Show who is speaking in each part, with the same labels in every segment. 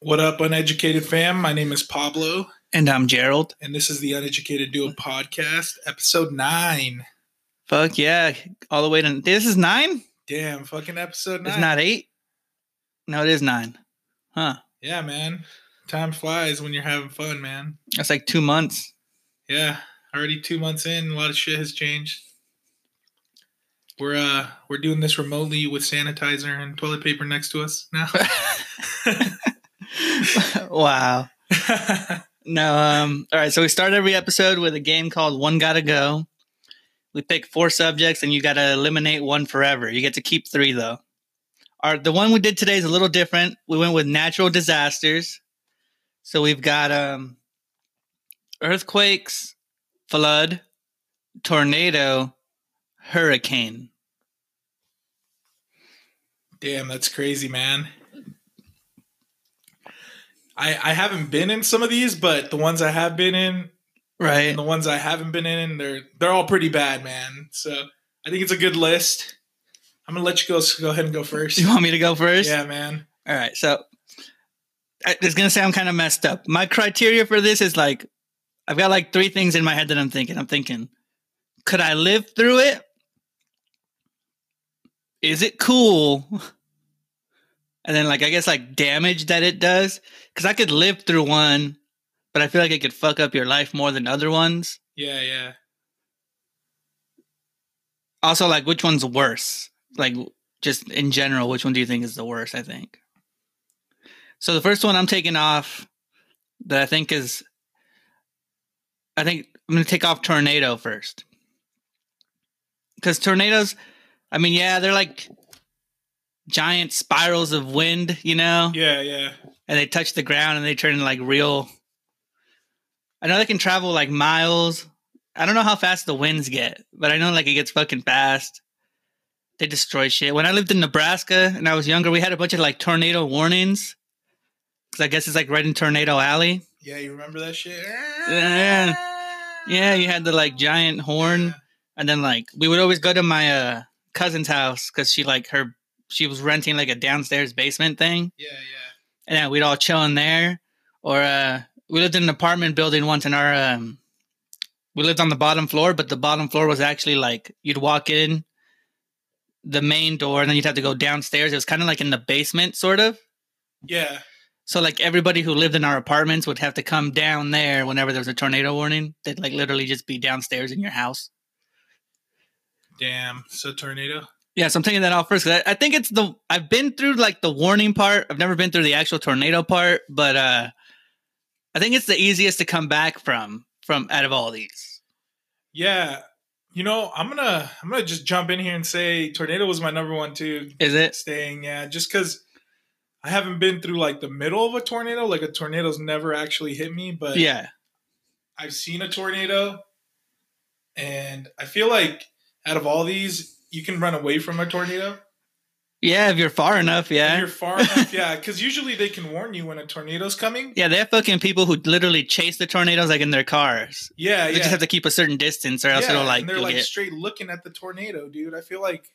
Speaker 1: What up, uneducated fam? My name is Pablo,
Speaker 2: And I'm Gerald.
Speaker 1: and this is the Uneducated Duo Podcast, episode nine.
Speaker 2: Fuck yeah. All the way to this is nine?
Speaker 1: Damn, fucking episode nine.
Speaker 2: It's not eight? No, it is nine. Huh.
Speaker 1: yeah, man. Time flies when you're having fun, man.
Speaker 2: That's like two months.
Speaker 1: Yeah, already two months in, a lot of shit has changed. We're uh we're doing this remotely with sanitizer and toilet paper next to us now.
Speaker 2: wow. No, um, all right, so we start every episode with a game called One Gotta Go. We pick four subjects and you gotta eliminate one forever. You get to keep three though. Our the one we did today is a little different. We went with natural disasters. So we've got um earthquakes, flood, tornado, hurricane.
Speaker 1: Damn, that's crazy, man. I I haven't been in some of these, but the ones I have been in,
Speaker 2: Right.
Speaker 1: and the ones I haven't been in, they're they're all pretty bad, man. So I think it's a good list. I'm gonna let you go. So go ahead and go first.
Speaker 2: You want me to go first?
Speaker 1: Yeah, man.
Speaker 2: All right. So I- it's going to sound kind of messed up. My criteria for this is like, I've got like three things in my head that I'm thinking. I'm thinking, could I live through it? Is it cool? And then, like, I guess, like, damage that it does. Cause I could live through one, but I feel like it could fuck up your life more than other ones.
Speaker 1: Yeah, yeah.
Speaker 2: Also, like, which one's worse? Like, just in general, which one do you think is the worst? I think. So the first one I'm taking off that I think is, I think I'm going to take off tornado first. Because tornadoes, I mean, yeah, they're like giant spirals of wind, you know?
Speaker 1: Yeah, yeah.
Speaker 2: and they touch the ground and they turn into like real. I know they can travel like miles. I don't know how fast the winds get, but I know like it gets fucking fast. They destroy shit. When I lived in Nebraska and I was younger, we had a bunch of like tornado warnings. Cause I guess it's like right in Tornado Alley.
Speaker 1: Yeah, you remember that shit?
Speaker 2: Yeah. Yeah, you had the like giant horn. And then like we would always go to my uh, cousin's house because she like her, she was renting like a downstairs basement thing.
Speaker 1: Yeah, yeah.
Speaker 2: and then we'd all chill in there. Or uh, we lived in an apartment building once, and our um, we lived on the bottom floor, but the bottom floor was actually like you'd walk in the main door, and then you'd have to go downstairs. It was kind of like in the basement, sort of.
Speaker 1: Yeah.
Speaker 2: So like everybody who lived in our apartments would have to come down there whenever there was a tornado warning. They'd like literally just be downstairs in your house.
Speaker 1: Damn. So tornado.
Speaker 2: Yeah, so I'm taking that off first. 'cause I, I think it's the I've been through like the warning part. I've never been through the actual tornado part, but uh I think it's the easiest to come back from from out of all these.
Speaker 1: Yeah. You know, I'm gonna I'm gonna just jump in here and say tornado was my number one too.
Speaker 2: Is it?
Speaker 1: Staying, yeah, just because I haven't been through like the middle of a tornado. Like a tornado's never actually hit me, but
Speaker 2: Yeah.
Speaker 1: I've seen a tornado, and I feel like out of all these, you can run away from a tornado.
Speaker 2: Yeah, if you're far enough,
Speaker 1: If
Speaker 2: yeah.
Speaker 1: you're far enough, yeah, because usually they can warn you when a tornado's coming.
Speaker 2: Yeah, they have fucking people who literally chase the tornadoes like in their cars.
Speaker 1: Yeah, Uh,
Speaker 2: They
Speaker 1: yeah.
Speaker 2: just have to keep a certain distance or else it'll like
Speaker 1: and they're
Speaker 2: you'll
Speaker 1: like
Speaker 2: get-
Speaker 1: straight looking at the tornado, dude. I feel like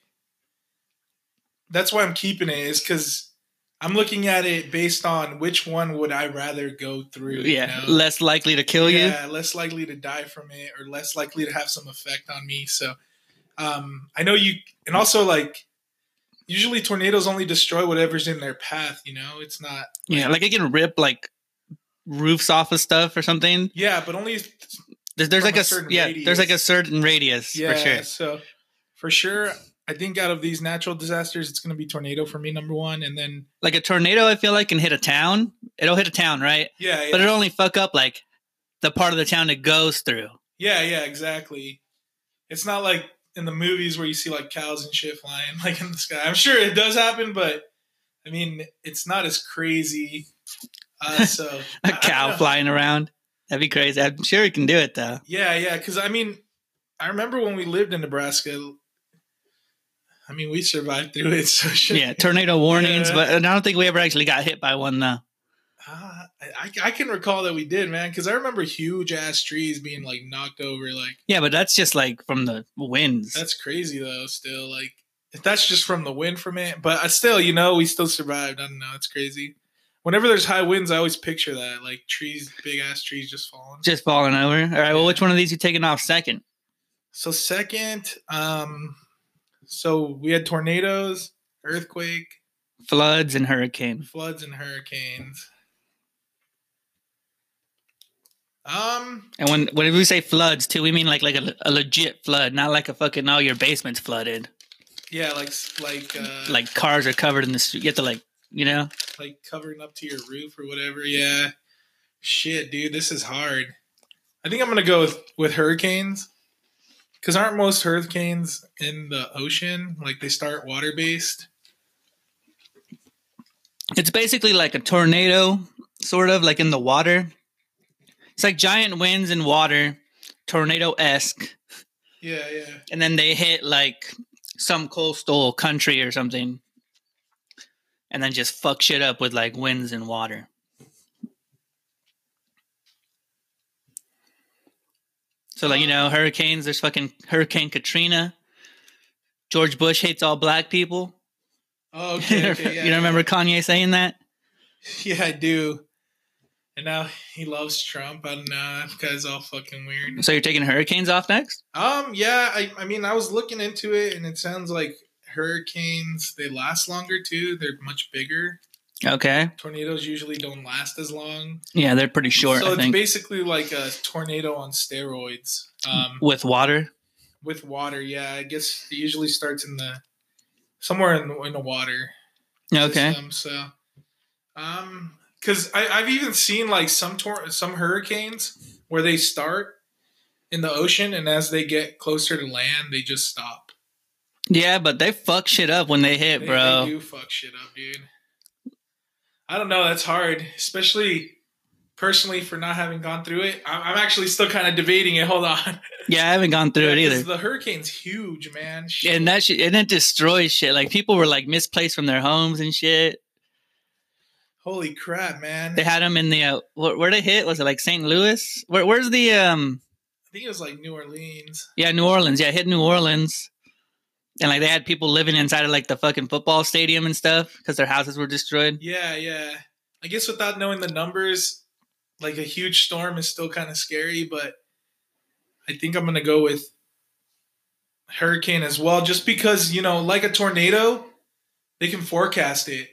Speaker 1: that's why I'm keeping it is because I'm looking at it based on which one would I rather go through. you
Speaker 2: yeah,
Speaker 1: know?
Speaker 2: less likely to kill you.
Speaker 1: yeah, less likely to die from it or less likely to have some effect on me. So um, I know you, and also like usually tornadoes only destroy whatever's in their path. You know, it's not.
Speaker 2: Yeah, like it can rip like roofs off of stuff or something.
Speaker 1: Yeah, but only
Speaker 2: There's,
Speaker 1: From
Speaker 2: there's like
Speaker 1: a
Speaker 2: a, s-
Speaker 1: certain
Speaker 2: yeah, there's like a
Speaker 1: radius.
Speaker 2: certain radius
Speaker 1: yeah.
Speaker 2: for sure.
Speaker 1: So for sure, I think out of these natural disasters, it's going to be tornado for me number one, and then
Speaker 2: like a tornado i feel like can hit a town it'll hit a town right
Speaker 1: yeah, yeah,
Speaker 2: but it'll only fuck up like the part of the town it goes through
Speaker 1: yeah, yeah, exactly. It's not like in the movies where you see like cows and shit flying like in the sky. I'm sure it does happen, but I mean, it's not as crazy. Uh, so I- I
Speaker 2: a
Speaker 1: don't
Speaker 2: cow
Speaker 1: know.
Speaker 2: flying around that'd be crazy i'm sure it can do it though
Speaker 1: Yeah, yeah. Because I mean, I remember when we lived in Nebraska. I mean, we survived through it. So shit.
Speaker 2: yeah tornado warnings
Speaker 1: Yeah.
Speaker 2: but i don't think we ever actually got hit by one though
Speaker 1: Uh, I, I can recall that we did, man, because I remember huge ass trees being like knocked over. Like
Speaker 2: Yeah, but that's just like from the winds.
Speaker 1: that's crazy though. Still, like if that's just from the wind from it, but I still, you know, we still survived. I don't know. It's crazy. Whenever there's high winds, I always picture that like trees, big ass trees just falling.
Speaker 2: just falling over. All right. Well, which one of these you taking off second?
Speaker 1: So second, um, so we had tornadoes, earthquake,
Speaker 2: Floods and hurricane.
Speaker 1: floods, and hurricanes. Um,
Speaker 2: And when whenever we say floods, too, we mean like like a, a legit flood, not like a fucking oh your basement's flooded,
Speaker 1: yeah, like s- like uh, like
Speaker 2: like cars are covered in the street. You have to like you know.
Speaker 1: like covering up to your roof or whatever. Yeah, shit, dude, this is hard. I think I'm gonna go with, with hurricanes, because aren't most hurricanes in the ocean? Like they start water based.
Speaker 2: It's basically like a tornado, sort of like in the water. It's like giant winds in water, tornado esque,
Speaker 1: Yeah, yeah.
Speaker 2: and then they hit like some coastal country or something, and then just fuck shit up with like winds and water. So like you know, hurricanes. There's fucking Hurricane Katrina. George Bush hates all black people.
Speaker 1: Oh, okay, okay yeah,
Speaker 2: you don't
Speaker 1: yeah.
Speaker 2: remember Kanye saying that?
Speaker 1: Yeah, I do. And now he loves Trump. I don't know. That guy's all fucking weird.
Speaker 2: So you're taking hurricanes off next?
Speaker 1: Um, yeah, I, I mean, I was looking into it, and it sounds like hurricanes they last longer too. They're much bigger.
Speaker 2: Okay.
Speaker 1: Tornadoes usually don't last as long.
Speaker 2: Yeah, they're pretty short,
Speaker 1: so
Speaker 2: I
Speaker 1: it's
Speaker 2: think.
Speaker 1: basically like a tornado on steroids. Um,
Speaker 2: With water.
Speaker 1: with water. Yeah, I guess it usually starts in the somewhere in the, in the water.
Speaker 2: Okay.
Speaker 1: system, so, um, because I've even seen like some tor- some hurricanes where they start in the ocean, and as they get closer to land, they just stop.
Speaker 2: Yeah, but they fuck shit up when they
Speaker 1: They,
Speaker 2: hit,
Speaker 1: they
Speaker 2: bro.
Speaker 1: do fuck shit up, dude. I don't know. That's hard, especially personally for not having gone through it. I'm, I'm actually still kind of debating it. Hold on,
Speaker 2: Yeah, I haven't gone through it
Speaker 1: 'Cause
Speaker 2: either.
Speaker 1: The hurricane's huge, man. Shit.
Speaker 2: And that shit, and it destroys shit. Like people were like misplaced from their homes and shit.
Speaker 1: Holy crap, man!
Speaker 2: They had them in the uh, where, where they hit was it like St. Louis? Where, where's the um?
Speaker 1: I think it was like New Orleans.
Speaker 2: Yeah, New Orleans. Yeah, it hit New Orleans, and like they had people living inside of like the fucking football stadium and stuff because their houses were destroyed.
Speaker 1: Yeah, yeah. I guess without knowing the numbers, like a huge storm is still kind of scary, but I think I'm going to go with hurricane as well just because, you know, like a tornado, they can forecast it.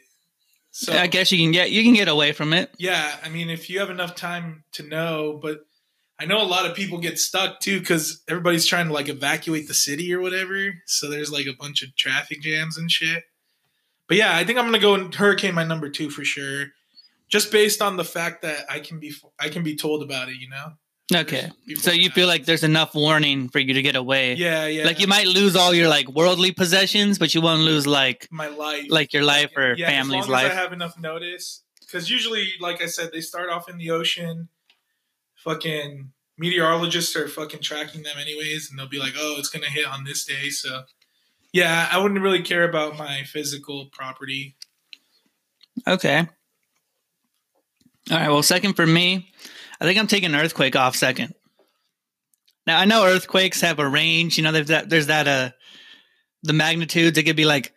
Speaker 1: So
Speaker 2: I guess you can get you can get away from it.
Speaker 1: yeah, I mean if you have enough time to know, but I know a lot of people get stuck too cuz everybody's trying to like evacuate the city or whatever, so there's like a bunch of traffic jams and shit. But yeah, I think I'm gonna go and hurricane my number two for sure, just based on the fact that I can be I can be told about it, you know.
Speaker 2: Okay.
Speaker 1: Before
Speaker 2: So
Speaker 1: it
Speaker 2: you
Speaker 1: happens.
Speaker 2: feel like there's enough warning for you to get away.
Speaker 1: yeah, yeah,
Speaker 2: Like you might lose all your like worldly possessions, but you won't lose like
Speaker 1: my life,
Speaker 2: like your life or
Speaker 1: yeah,
Speaker 2: family's
Speaker 1: as long
Speaker 2: life.
Speaker 1: As I have enough notice because usually, like I said, they start off in the ocean. Fucking meteorologists are fucking tracking them anyways, and they'll be like, "Oh, it's gonna hit on this day." So, yeah, I wouldn't really care about my physical property.
Speaker 2: okay. All right. Well, second for me, I think I'm taking earthquake off second. Now I know earthquakes have a range. You know, there's that there's that uh the magnitudes. It could be like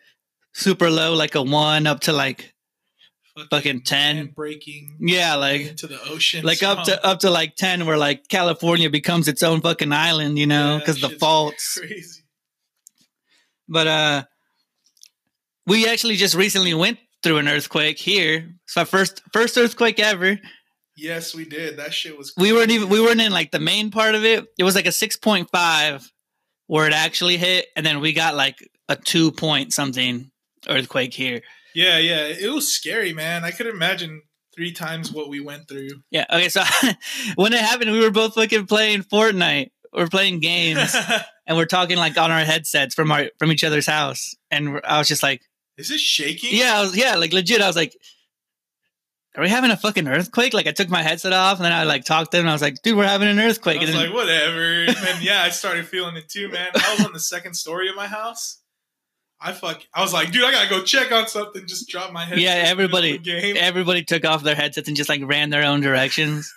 Speaker 2: super low, like a one, up to like Fucking 10.
Speaker 1: and breaking
Speaker 2: yeah, like
Speaker 1: into the ocean,
Speaker 2: like up
Speaker 1: song.
Speaker 2: to uh, up to like ten, where like California becomes its own fucking island. You know,
Speaker 1: Yeah,
Speaker 2: because the
Speaker 1: shit's
Speaker 2: faults.
Speaker 1: Crazy.
Speaker 2: But uh we actually just recently went through an earthquake here. It's my first first earthquake ever.
Speaker 1: Yes, we did. That shit was.
Speaker 2: We weren't
Speaker 1: crazy.
Speaker 2: even we weren't in like the main part of it. It was like a six point five where it actually hit, and then we got like a two point something earthquake here.
Speaker 1: Yeah, yeah. It was scary, man. I could imagine three times what we went through.
Speaker 2: Yeah. Okay. So when it happened, we were both fucking playing Fortnite. We're playing games, and we're talking like on our headsets from our from each other's house. And we're- I was just like.
Speaker 1: Is this shaking?
Speaker 2: Yeah, I was, yeah, like legit. I was like, "Are we having a fucking earthquake?" Like I took my headset off, and then I like talked to him, and I was like, "Dude, we're having an earthquake."
Speaker 1: I was
Speaker 2: and then,
Speaker 1: like, whatever. And then, yeah, I started feeling it too, man. I was on the second story of my house. I fuck. I was like, dude, I gotta go check on something. Just drop my head.
Speaker 2: Yeah,
Speaker 1: Just finish
Speaker 2: everybody-
Speaker 1: the Game.
Speaker 2: Everybody took off their headsets and just like ran their own directions.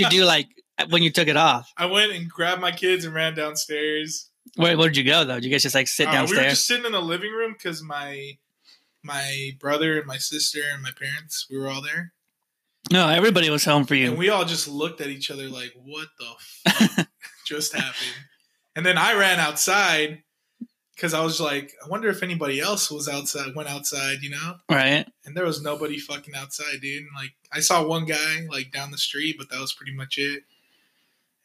Speaker 2: you do like when you took it off?
Speaker 1: I went and grabbed my kids and ran downstairs.
Speaker 2: Where where'd you go though? Did you guys just like sit
Speaker 1: Uh, we were
Speaker 2: downstairs?
Speaker 1: just sitting in the living room because my my brother and my sister and my parents we were all there,
Speaker 2: No, everybody was home for
Speaker 1: and
Speaker 2: you.
Speaker 1: we all just looked at each other like, "What the fuck just happened?" And then I ran outside because I was like, "I wonder if anybody else was outside, went outside, you know."
Speaker 2: right?
Speaker 1: And there was nobody fucking outside, dude. And, like I saw one guy like down the street, but that was pretty much it.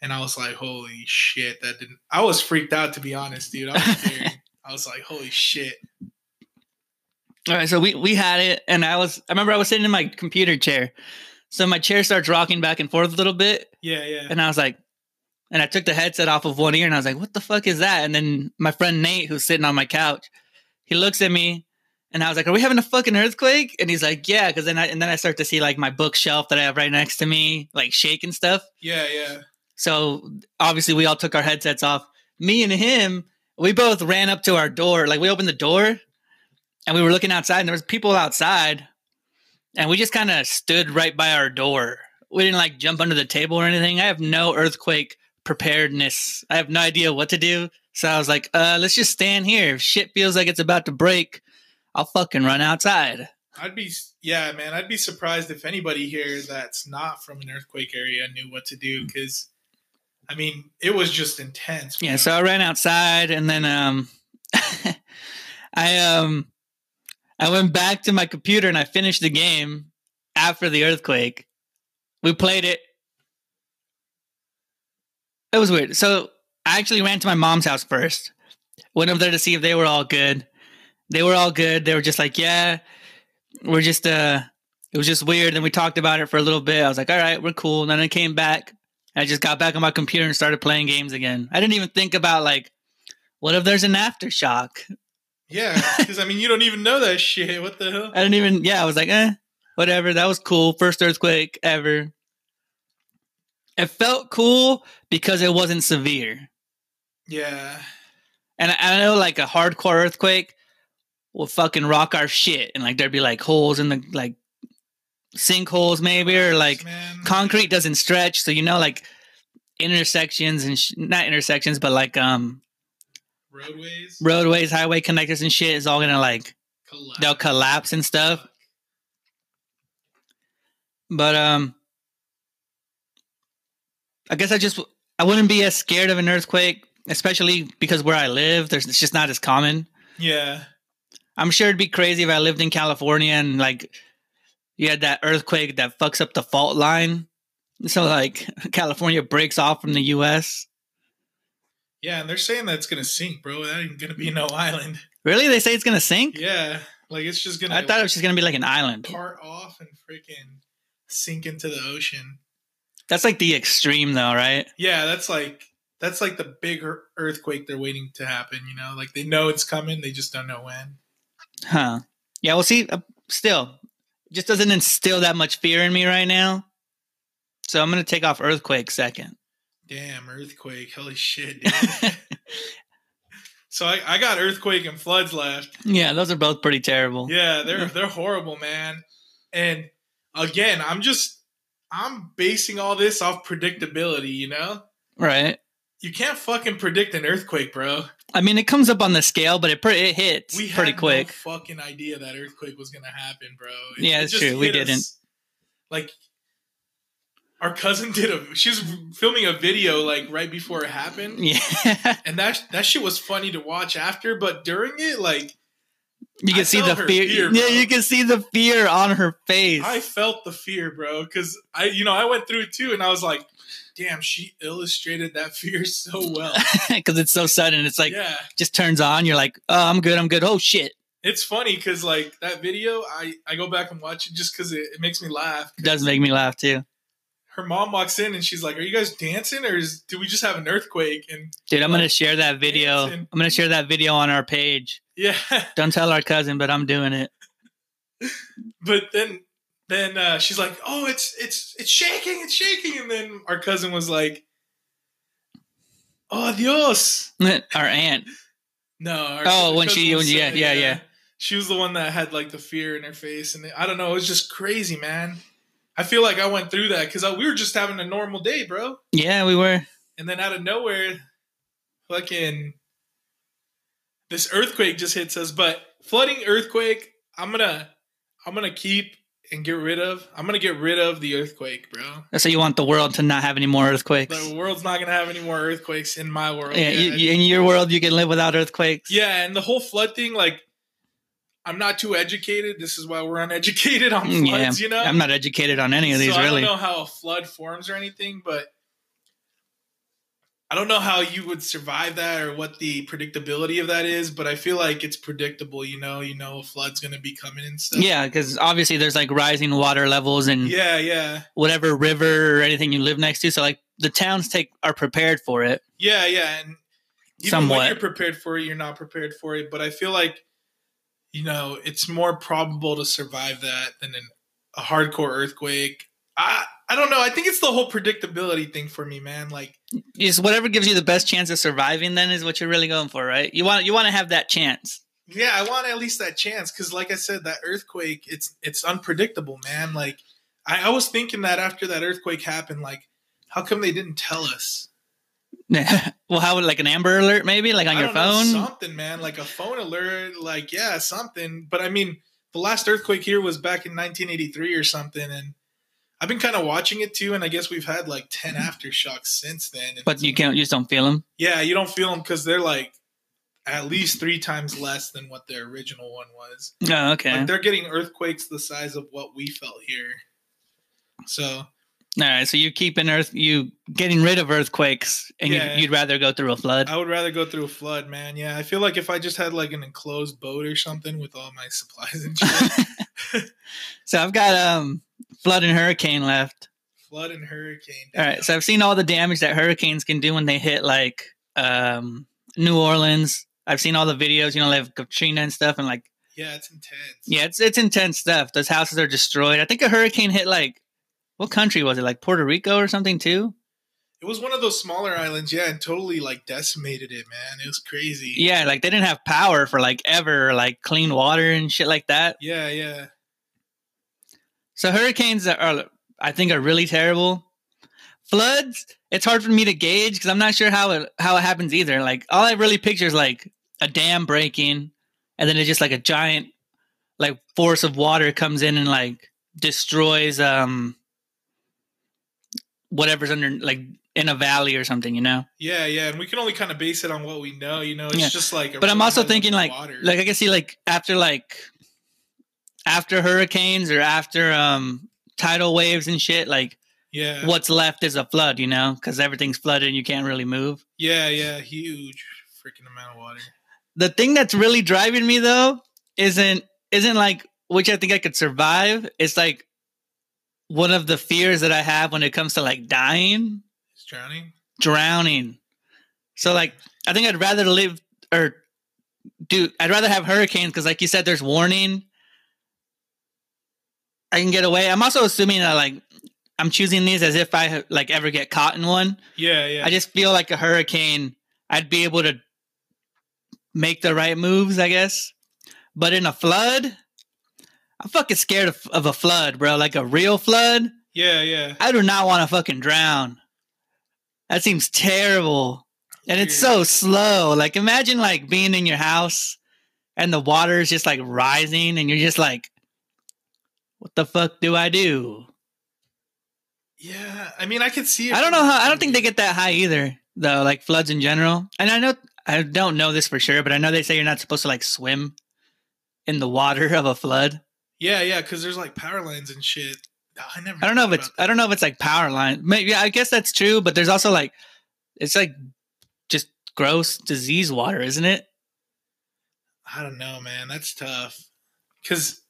Speaker 1: And I was like, "Holy shit!" That didn't. I was freaked out to be honest, dude. I was scared. I was like, "Holy shit!"
Speaker 2: All right, so we we had it, and I was I remember I was sitting in my computer chair, so my chair starts rocking back and forth a little bit,
Speaker 1: Yeah, yeah.
Speaker 2: and I was like, and I took the headset off of one ear, and I was like, what the fuck is that? And then my friend Nate, who's sitting on my couch, he looks at me, and I was like, are we having a fucking earthquake? And he's like, yeah, because then I and then I start to see like my bookshelf that I have right next to me like shake and stuff.
Speaker 1: Yeah, yeah.
Speaker 2: So obviously we all took our headsets off. Me and him, we both ran up to our door. Like we opened the door and we were looking outside and there was people outside and we just kind of stood right by our door. We didn't like jump under the table or anything. I have no earthquake preparedness. I have no idea what to do. So I was like, uh, let's just stand here. If shit feels like it's about to break, I'll fucking run outside.
Speaker 1: I'd be yeah, man. I'd be surprised if anybody here that's not from an earthquake area knew what to do because, I mean, it was just intense.
Speaker 2: Yeah,
Speaker 1: man.
Speaker 2: so I ran outside and then um I um I went back to my computer and I finished the game after the earthquake. We played it. It was weird. So I actually ran to my mom's house first. Went up there to see if they were all good. They were all good. They were just like, "Yeah, we're just uh it was just weird." Then we talked about it for a little bit. I was like, "All right, we're cool." And then I came back I just got back on my computer and started playing games again. I didn't even think about like, what if there's an aftershock?
Speaker 1: yeah, because I mean, you don't even know that shit. What the hell?
Speaker 2: I didn't even. Yeah, I was like, eh, whatever. That was cool. First earthquake ever. It felt cool because it wasn't severe,
Speaker 1: Yeah,
Speaker 2: and I, I know like a hardcore earthquake will fucking rock our shit, and like there'd be like holes in the like sinkholes maybe or like
Speaker 1: man.
Speaker 2: concrete doesn't stretch so you know like intersections and sh- not intersections but like um
Speaker 1: roadways.
Speaker 2: roadways, highway connectors, and shit is all gonna like
Speaker 1: collapse.
Speaker 2: they'll collapse and stuff. But um, I guess I just I wouldn't be as scared of an earthquake, especially because where I live, there's it's just not as common.
Speaker 1: Yeah,
Speaker 2: I'm sure it'd be crazy if I lived in California and like you had that earthquake that fucks up the fault line. So like California breaks off from the U.S.
Speaker 1: yeah, and they're saying that it's gonna sink, bro. That ain't gonna be no island.
Speaker 2: Really, they say it's gonna sink.
Speaker 1: Yeah, like it's just gonna.
Speaker 2: I thought it was just gonna be like an island.
Speaker 1: part off and freaking sink into the ocean.
Speaker 2: That's like the extreme, though, right?
Speaker 1: Yeah, that's like that's like the big ear- earthquake they're waiting to happen. You know, like they know it's coming, they just don't know when.
Speaker 2: Huh. Yeah, well, see, uh, still, it just doesn't instill that much fear in me right now. So I'm going to take off Earthquake second.
Speaker 1: Damn earthquake! Holy shit! Dude. so I, I got earthquake and floods left.
Speaker 2: yeah, those are both pretty terrible.
Speaker 1: Yeah, they're they're horrible, man. And again, I'm just I'm basing all this off predictability. You know,
Speaker 2: Right?
Speaker 1: you can't fucking predict an earthquake, bro.
Speaker 2: I mean, it comes up on the scale, but it, pre- it hits
Speaker 1: we
Speaker 2: pretty
Speaker 1: had
Speaker 2: quick.
Speaker 1: No fucking idea that earthquake was gonna happen, bro.
Speaker 2: Yeah, it's true. We
Speaker 1: hit us.
Speaker 2: didn't.
Speaker 1: Like, our cousin did a. She was filming a video like right before it happened,
Speaker 2: Yeah.
Speaker 1: and that that shit was funny to watch after. But during it, like,
Speaker 2: you can
Speaker 1: I
Speaker 2: see
Speaker 1: felt
Speaker 2: the
Speaker 1: her
Speaker 2: fear.
Speaker 1: fear,
Speaker 2: yeah,
Speaker 1: bro.
Speaker 2: you can see the fear on her face.
Speaker 1: I felt the fear, bro, because I, you know, I went through it too, and I was like, "Damn, she illustrated that fear so well."
Speaker 2: Because it's so sudden. It's like,
Speaker 1: yeah,
Speaker 2: just turns on. You're like, oh, I'm good. I'm good. Oh, shit.
Speaker 1: it's funny because like that video, I I go back and watch it just because it, it makes me laugh.
Speaker 2: It does make me laugh, too.
Speaker 1: her mom walks in and she's like, "Are you guys dancing, or is, do we just have an earthquake?" And
Speaker 2: Dude, I'm going to share that video.
Speaker 1: Dancing.
Speaker 2: I'm going to share that video on our page.
Speaker 1: yeah,
Speaker 2: Don't tell our cousin, but I'm doing it.
Speaker 1: but then then uh, she's like, "Oh, it's it's it's shaking, it's shaking," and then our cousin was like, "Oh, Dios."
Speaker 2: Our aunt.
Speaker 1: No. our-
Speaker 2: Oh,
Speaker 1: our
Speaker 2: when she-
Speaker 1: cousin
Speaker 2: when-
Speaker 1: said,
Speaker 2: yeah, yeah, yeah.
Speaker 1: She was the one that had like the fear in her face, and I don't know. It was just crazy, man. I feel like I went through that because we were just having a normal day, bro,
Speaker 2: Yeah, we were.
Speaker 1: and then out of nowhere, fucking this earthquake just hits us. But flooding earthquake, I'm gonna, I'm gonna keep and get rid of. I'm gonna get rid of the earthquake, bro.
Speaker 2: So you want the world to not have any more earthquakes?
Speaker 1: The world's not gonna have any more earthquakes in my world.
Speaker 2: yeah, you-
Speaker 1: Yeah,
Speaker 2: you- in your world, you can live without earthquakes.
Speaker 1: Yeah, and the whole flood thing, like, I'm not too educated. This is why we're uneducated on
Speaker 2: Mm,
Speaker 1: floods, you know.
Speaker 2: I'm not educated on any of these,
Speaker 1: so I
Speaker 2: really.
Speaker 1: don't know how a flood forms or anything, but I don't know how you would survive that or what the predictability of that is. But I feel like it's predictable, you know. You know, a flood's going to be coming and stuff.
Speaker 2: Yeah, because obviously there's like rising water levels and
Speaker 1: yeah, yeah,
Speaker 2: whatever river or anything you live next to. So like the towns take are prepared for it.
Speaker 1: yeah, yeah. And even
Speaker 2: Somewhat.
Speaker 1: when you're prepared for it, you're not prepared for it. But I feel like you know it's more probable to survive that than an, a hardcore earthquake. I I don't know. I think it's the whole predictability thing for me, man. Like
Speaker 2: Just whatever gives you the best chance of surviving, then is what you're really going for, right? You want you want to have that chance.
Speaker 1: yeah, I want at least that chance because, like I said, that earthquake it's it's unpredictable, man. Like I, I was thinking that after that earthquake happened, like how come they didn't tell us
Speaker 2: well, how would like an Amber Alert maybe, like on
Speaker 1: I
Speaker 2: your
Speaker 1: don't know,
Speaker 2: phone?
Speaker 1: something, man, like a phone alert, like yeah, something. But I mean, the last earthquake here was back in 1983 or something, and I've been kind of watching it too. And I guess we've had like 10 aftershocks since then. And
Speaker 2: Mm-hmm. But you can't, you just don't feel them.
Speaker 1: yeah, you don't feel them because they're like at least three times less than what the original one was.
Speaker 2: Oh, okay.
Speaker 1: Like they're getting earthquakes the size of what we felt here. So
Speaker 2: All right. So you keep an earth, you getting rid of earthquakes, and
Speaker 1: Yeah. Uh,
Speaker 2: you'd, you'd rather go through a flood.
Speaker 1: I would rather go through a flood, man. Yeah, I feel like if I just had like an enclosed boat or something with all my supplies and shit,
Speaker 2: so I've got um flood and hurricane left.
Speaker 1: flood and hurricane.
Speaker 2: All right. So I've seen all the damage that hurricanes can do when they hit like um New Orleans. I've seen all the videos, you know, like Katrina and stuff, and like
Speaker 1: Yeah, it's intense.
Speaker 2: yeah, it's it's intense stuff. Those houses are destroyed. I think a hurricane hit like what country was it? Like Puerto Rico or something too?
Speaker 1: It was one of those smaller islands, yeah, and totally like decimated it, man. It was crazy.
Speaker 2: Yeah, like they didn't have power for like ever, like clean water and shit like that.
Speaker 1: Yeah, yeah.
Speaker 2: So hurricanes are, are I think, are really terrible. Floods, it's hard for me to gauge because I'm not sure how it how it happens either. Like all I really picture is like a dam breaking, and then it's just like a giant like force of water comes in and like destroys um whatever's under like in a valley or something, you know.
Speaker 1: Yeah, yeah. And we can only kind of base it on what we know, you know, it's
Speaker 2: Yeah.
Speaker 1: just like a
Speaker 2: But I'm
Speaker 1: really
Speaker 2: also
Speaker 1: high
Speaker 2: thinking
Speaker 1: level
Speaker 2: like
Speaker 1: water.
Speaker 2: like I can see like after like after hurricanes or after um tidal waves and shit like
Speaker 1: Yeah.
Speaker 2: what's left is a flood, you know, because everything's flooded and you can't really move.
Speaker 1: Yeah, yeah. Huge freaking amount of water.
Speaker 2: The thing that's really driving me though isn't isn't like which I think I could survive. It's like one of the fears that I have when it comes to like dying,
Speaker 1: It's drowning.
Speaker 2: drowning. So like I think I'd rather live or do I'd rather have hurricanes because like you said, there's warning. I can get away. I'm also assuming that like I'm choosing these as if I like ever get caught in one.
Speaker 1: Yeah, yeah.
Speaker 2: I just feel like a hurricane, I'd be able to make the right moves, I guess. But in a flood, I'm fucking scared of, of a flood, bro. Like a real flood,
Speaker 1: yeah, yeah.
Speaker 2: I do not want to fucking drown. That seems terrible. And it's so slow. Like imagine like being in your house and the water is just like rising and you're just like what the fuck do I do?
Speaker 1: Yeah, I mean, I could see. it
Speaker 2: I don't
Speaker 1: from
Speaker 2: know
Speaker 1: the
Speaker 2: how. I don't think they
Speaker 1: TV.
Speaker 2: get that high either, though. Like floods in general, and I know I don't know this for sure, but I know they say you're not supposed to like swim in the water of a flood.
Speaker 1: Yeah, yeah, because there's like power lines and shit. I never.
Speaker 2: I don't know if
Speaker 1: thought
Speaker 2: it's.
Speaker 1: about
Speaker 2: I don't know if it's like power line. Maybe I guess that's true, but there's also like, it's like just gross disease water, isn't it?
Speaker 1: that. I don't know, man. That's tough. Cause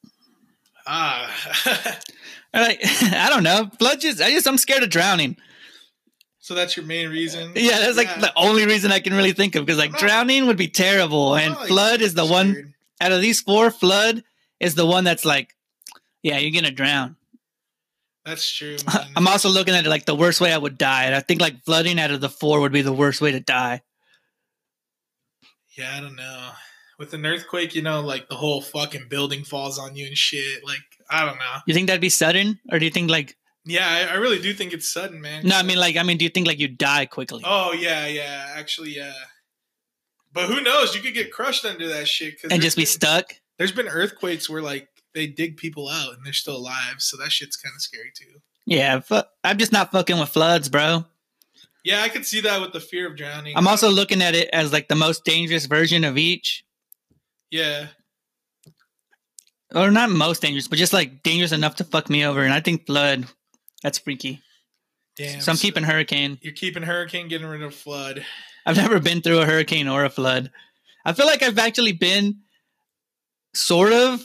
Speaker 1: ah,
Speaker 2: Or, Like I don't know. Floods. Just, I just I'm scared of drowning.
Speaker 1: so that's your main reason.
Speaker 2: Yeah, that's like the only reason I can really think of because like
Speaker 1: I'm not-
Speaker 2: drowning would be terrible,
Speaker 1: I'm
Speaker 2: and
Speaker 1: not, like,
Speaker 2: flood is the one
Speaker 1: scared.
Speaker 2: out of these four, flood is the one that's like, yeah, you're gonna drown.
Speaker 1: That's true. Man.
Speaker 2: I'm also looking at it like the worst way I would die, and I think like flooding out of the four would be the worst way to die.
Speaker 1: Yeah, I don't know. With an earthquake, you know, like the whole fucking building falls on you and shit. Like, I don't know.
Speaker 2: You think that'd be sudden, or do you think like
Speaker 1: Yeah, I, I really do think it's sudden, man.
Speaker 2: no? I mean, like I mean, do you think like you die quickly?
Speaker 1: Oh yeah, yeah. Actually, yeah. But who knows? You could get crushed under that shit. Cause
Speaker 2: and
Speaker 1: there's
Speaker 2: just be
Speaker 1: been-
Speaker 2: stuck.
Speaker 1: There's been earthquakes where like they dig people out and they're still alive, so that shit's kind of scary too.
Speaker 2: Yeah, fu- I'm just not fucking with floods, bro.
Speaker 1: Yeah, I could see that with the fear of drowning.
Speaker 2: I'm also looking at it as like the most dangerous version of each,
Speaker 1: yeah,
Speaker 2: or not most dangerous, but just like dangerous enough to fuck me over. And I think flood, that's freaky.
Speaker 1: damn.
Speaker 2: so I'm keeping hurricane.
Speaker 1: You're keeping hurricane, getting rid of flood.
Speaker 2: I've never been through a hurricane or a flood. I feel like I've actually been sort of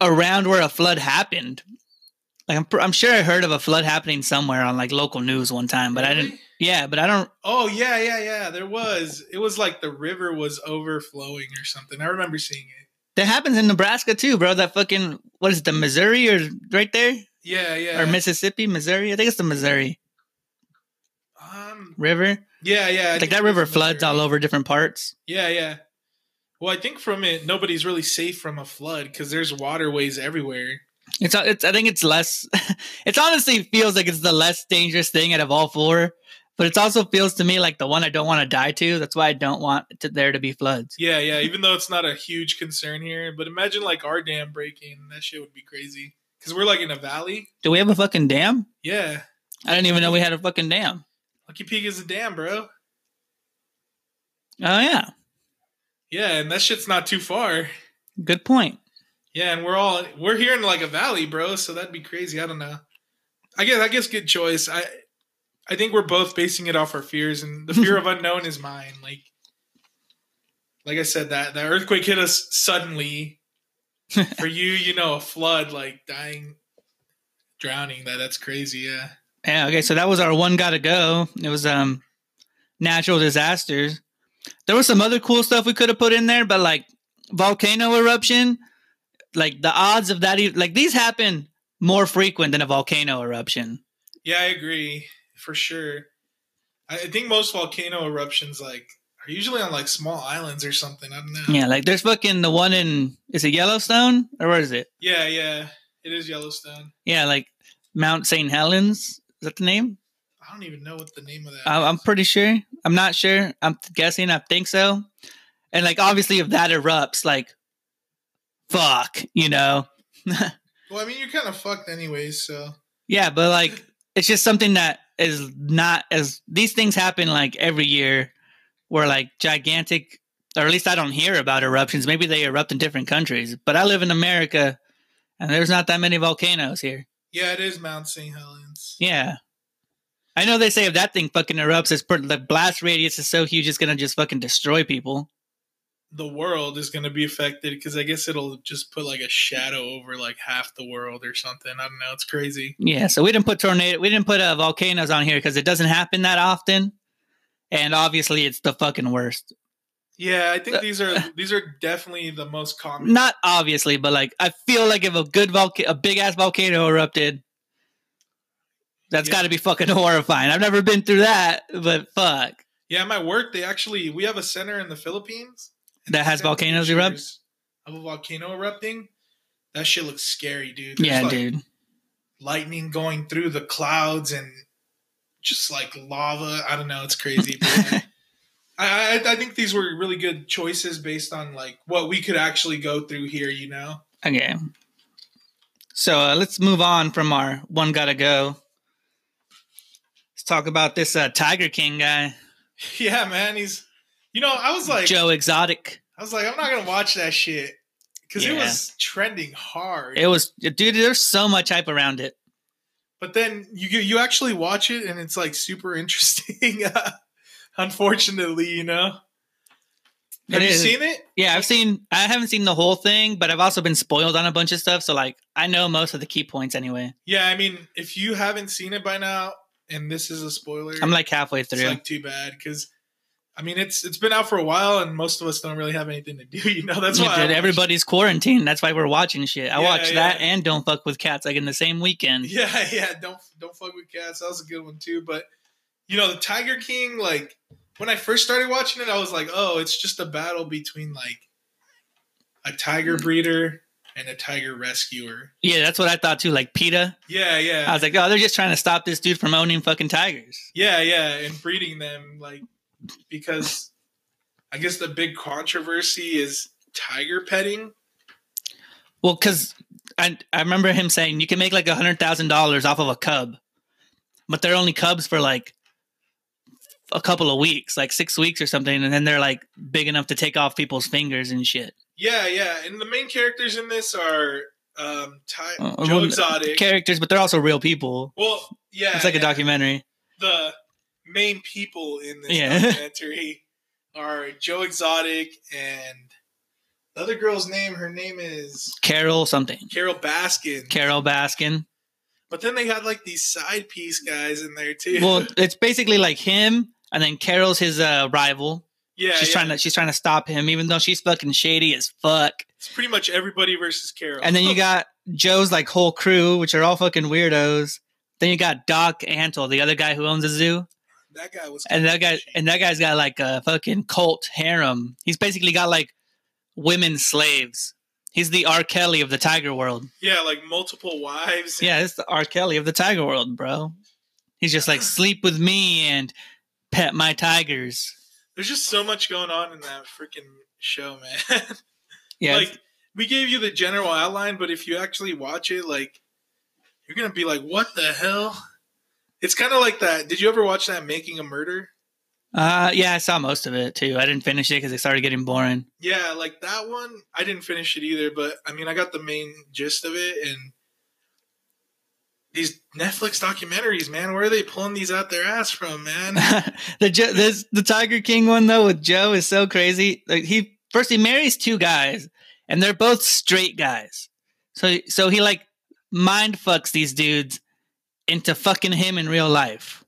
Speaker 2: around where a flood happened. Like I'm, pr- I'm sure I heard of a flood happening somewhere on like local news one time, but I didn't.
Speaker 1: Really?
Speaker 2: Yeah, but I don't.
Speaker 1: Oh yeah, yeah, yeah. There was. It was like the river was overflowing or something. I remember seeing it.
Speaker 2: That happens in Nebraska too, bro. That fucking what is it, the Missouri or right there
Speaker 1: Yeah, yeah.
Speaker 2: or Mississippi, Missouri? I think it's the Missouri
Speaker 1: um,
Speaker 2: River.
Speaker 1: yeah, yeah. I
Speaker 2: Like
Speaker 1: think
Speaker 2: that
Speaker 1: it
Speaker 2: river
Speaker 1: was
Speaker 2: floods
Speaker 1: Missouri.
Speaker 2: all over different parts.
Speaker 1: Yeah, yeah. Well, I think from it, nobody's really safe from a flood because there's waterways everywhere.
Speaker 2: It's, uh, it's I think it's less. It honestly feels like it's the less dangerous thing out of all four, but it also feels to me like the one I don't want to die to. That's why I don't want to, there to be floods.
Speaker 1: Yeah, yeah. Even though it's not a huge concern here, but imagine like our dam breaking. That shit would be crazy because we're like in a valley.
Speaker 2: Do we have a fucking dam?
Speaker 1: Yeah,
Speaker 2: I didn't even know we had a fucking dam.
Speaker 1: Lucky Peak is a dam, bro.
Speaker 2: Oh yeah,
Speaker 1: Yeah, and that shit's not too far.
Speaker 2: good point.
Speaker 1: Yeah, and we're all we're here in like a valley, bro. So that'd be crazy. I don't know. I guess I guess good choice. I I think we're both basing it off our fears, and the fear of unknown is mine. Like like I said, that that earthquake hit us suddenly. For you, you know, a flood, like dying, drowning. That that's crazy. Yeah.
Speaker 2: Yeah. Okay. So that was our one. Got to go. It was um natural disasters. There was some other cool stuff we could have put in there, but like volcano eruption, like the odds of that, e- like these happen more frequent than a volcano eruption.
Speaker 1: Yeah, I agree for sure. I, I think most volcano eruptions like are usually on like small islands or something. I don't know.
Speaker 2: Yeah, like there's fucking the one in is it Yellowstone or where is it?
Speaker 1: Yeah, yeah. It is Yellowstone.
Speaker 2: Yeah, like Mount St. Helens. Is that the name?
Speaker 1: I don't even know what the name of that.
Speaker 2: I, I'm pretty sure. I'm not sure. I'm guessing. I think so. And like obviously, if that erupts, like fuck, you know.
Speaker 1: well, I mean, you're kind of fucked anyways. So
Speaker 2: Yeah, but like it's just something that is not as these things happen like every year, where like gigantic, or at least I don't hear about eruptions. Maybe they erupt in different countries, but I live in America, and there's not that many volcanoes here.
Speaker 1: yeah, it is Mount St. Helens.
Speaker 2: Yeah. I know they say if that thing fucking erupts, it's per- the blast radius is so huge it's gonna just fucking destroy people.
Speaker 1: The world is going to be affected because I guess it'll just put like a shadow over like half the world or something. I don't know. It's crazy.
Speaker 2: Yeah, so we didn't put tornado, we didn't put uh, volcanoes on here because it doesn't happen that often, and obviously it's the fucking worst.
Speaker 1: Yeah, I
Speaker 2: Uh,
Speaker 1: think these are these are definitely the most common.
Speaker 2: Not obviously, but like I feel like if a good volcano, a big ass volcano erupted, that's
Speaker 1: Yeah.
Speaker 2: got to be fucking horrifying. I've never been through that, but fuck,
Speaker 1: Yeah, my work they actually we have a center in the Philippines
Speaker 2: that has
Speaker 1: Sent
Speaker 2: volcanoes erupt.
Speaker 1: pictures Of a volcano erupting, that shit looks scary, dude. There's,
Speaker 2: Yeah,
Speaker 1: like,
Speaker 2: dude.
Speaker 1: lightning going through the clouds and just like lava. I don't know. It's crazy. But I, I I think these were really good choices based on like what we could actually go through here. You know.
Speaker 2: Okay. So uh, let's move on from our one gotta go. Let's talk about this uh, Tiger King guy,
Speaker 1: Yeah, man. He's. You know, I was like,
Speaker 2: Joe Exotic.
Speaker 1: I was like, I'm not gonna watch that shit because it
Speaker 2: Yeah.
Speaker 1: was trending hard.
Speaker 2: It was, dude, there's so much hype around it.
Speaker 1: but then you get- you actually watch it and it's like super interesting. Unfortunately, you know. Have
Speaker 2: It
Speaker 1: you
Speaker 2: is-
Speaker 1: seen it?
Speaker 2: Yeah, I've seen, I haven't seen the whole thing, but I've also been spoiled on a bunch of stuff. So, like, I know most of the key points anyway.
Speaker 1: Yeah, I mean, if you haven't seen it by now, and this is a spoiler,
Speaker 2: I'm like halfway
Speaker 1: it's
Speaker 2: through.
Speaker 1: like too bad because I mean, it's it's been out for a while, and most of us don't really have anything to do. You know, that's
Speaker 2: Yeah,
Speaker 1: why I
Speaker 2: dude,
Speaker 1: watched-
Speaker 2: everybody's quarantined. That's why we're watching shit. I
Speaker 1: Yeah,
Speaker 2: watched that
Speaker 1: yeah.
Speaker 2: and Don't Fuck with Cats like in the same weekend.
Speaker 1: Yeah, yeah. Don't don't fuck with cats. That was a good one too. But you know, the Tiger King, like when I first started watching it, I was like, oh, it's just a battle between like a tiger
Speaker 2: Mm.
Speaker 1: breeder and a tiger rescuer.
Speaker 2: Yeah, that's what I thought too. Like PETA.
Speaker 1: Yeah, yeah,
Speaker 2: I was like, oh, they're just trying to stop this dude from owning fucking tigers.
Speaker 1: yeah, yeah, and breeding them like because I guess the big controversy is tiger petting.
Speaker 2: Well, because I, I remember him saying you can make like a hundred thousand dollars off of a cub, but they're only cubs for like a couple of weeks, like six weeks or something, and then they're like big enough to take off people's fingers and shit.
Speaker 1: Yeah, yeah, and the main characters in this are um, Ty-
Speaker 2: Uh,
Speaker 1: Joe
Speaker 2: well,
Speaker 1: Exotic.
Speaker 2: Characters, but they're also real people.
Speaker 1: well, yeah,
Speaker 2: It's like a
Speaker 1: yeah.
Speaker 2: documentary.
Speaker 1: the main people in this
Speaker 2: Yeah.
Speaker 1: documentary are Joe Exotic and the other girl's name. Her name is
Speaker 2: Carol something.
Speaker 1: Carol Baskin.
Speaker 2: Carol Baskin.
Speaker 1: but then they had like these side piece guys in there too.
Speaker 2: Well, it's basically like him, and then Carol's his uh, rival.
Speaker 1: yeah,
Speaker 2: she's
Speaker 1: yeah.
Speaker 2: trying to she's trying to stop him, even though she's fucking shady as fuck.
Speaker 1: It's pretty much everybody versus Carol.
Speaker 2: And then you got Joe's like whole crew, which are all fucking weirdos. Then you got Doc Antle, the other guy who owns the zoo,
Speaker 1: that guy was
Speaker 2: and that guy
Speaker 1: kinda
Speaker 2: and that guy's got like a fucking cult harem. He's basically got like women slaves. He's the R. Kelly of the tiger world.
Speaker 1: shady. yeah, like multiple wives.
Speaker 2: Yeah, it's the R. Kelly of the tiger world, bro. He's just like sleep with me and pet my tigers.
Speaker 1: There's just so much going on in that freaking show, man.
Speaker 2: Yeah,
Speaker 1: like we gave you the general outline, but if you actually watch it, like you're gonna be like, "What the hell?" It's kind of like that. Did you ever watch that Making a Murder?
Speaker 2: uh, yeah, I saw most of it too. I didn't finish it because it started getting boring.
Speaker 1: Yeah, like that one. I didn't finish it either, but I mean, I got the main gist of it. And these Netflix documentaries, man, where are they pulling these out their ass from, man?
Speaker 2: the Jo- this, the Tiger King one though with Joe is so crazy. Like he first he marries two guys and they're both straight guys. So so he like mind fucks these dudes into fucking him in real life.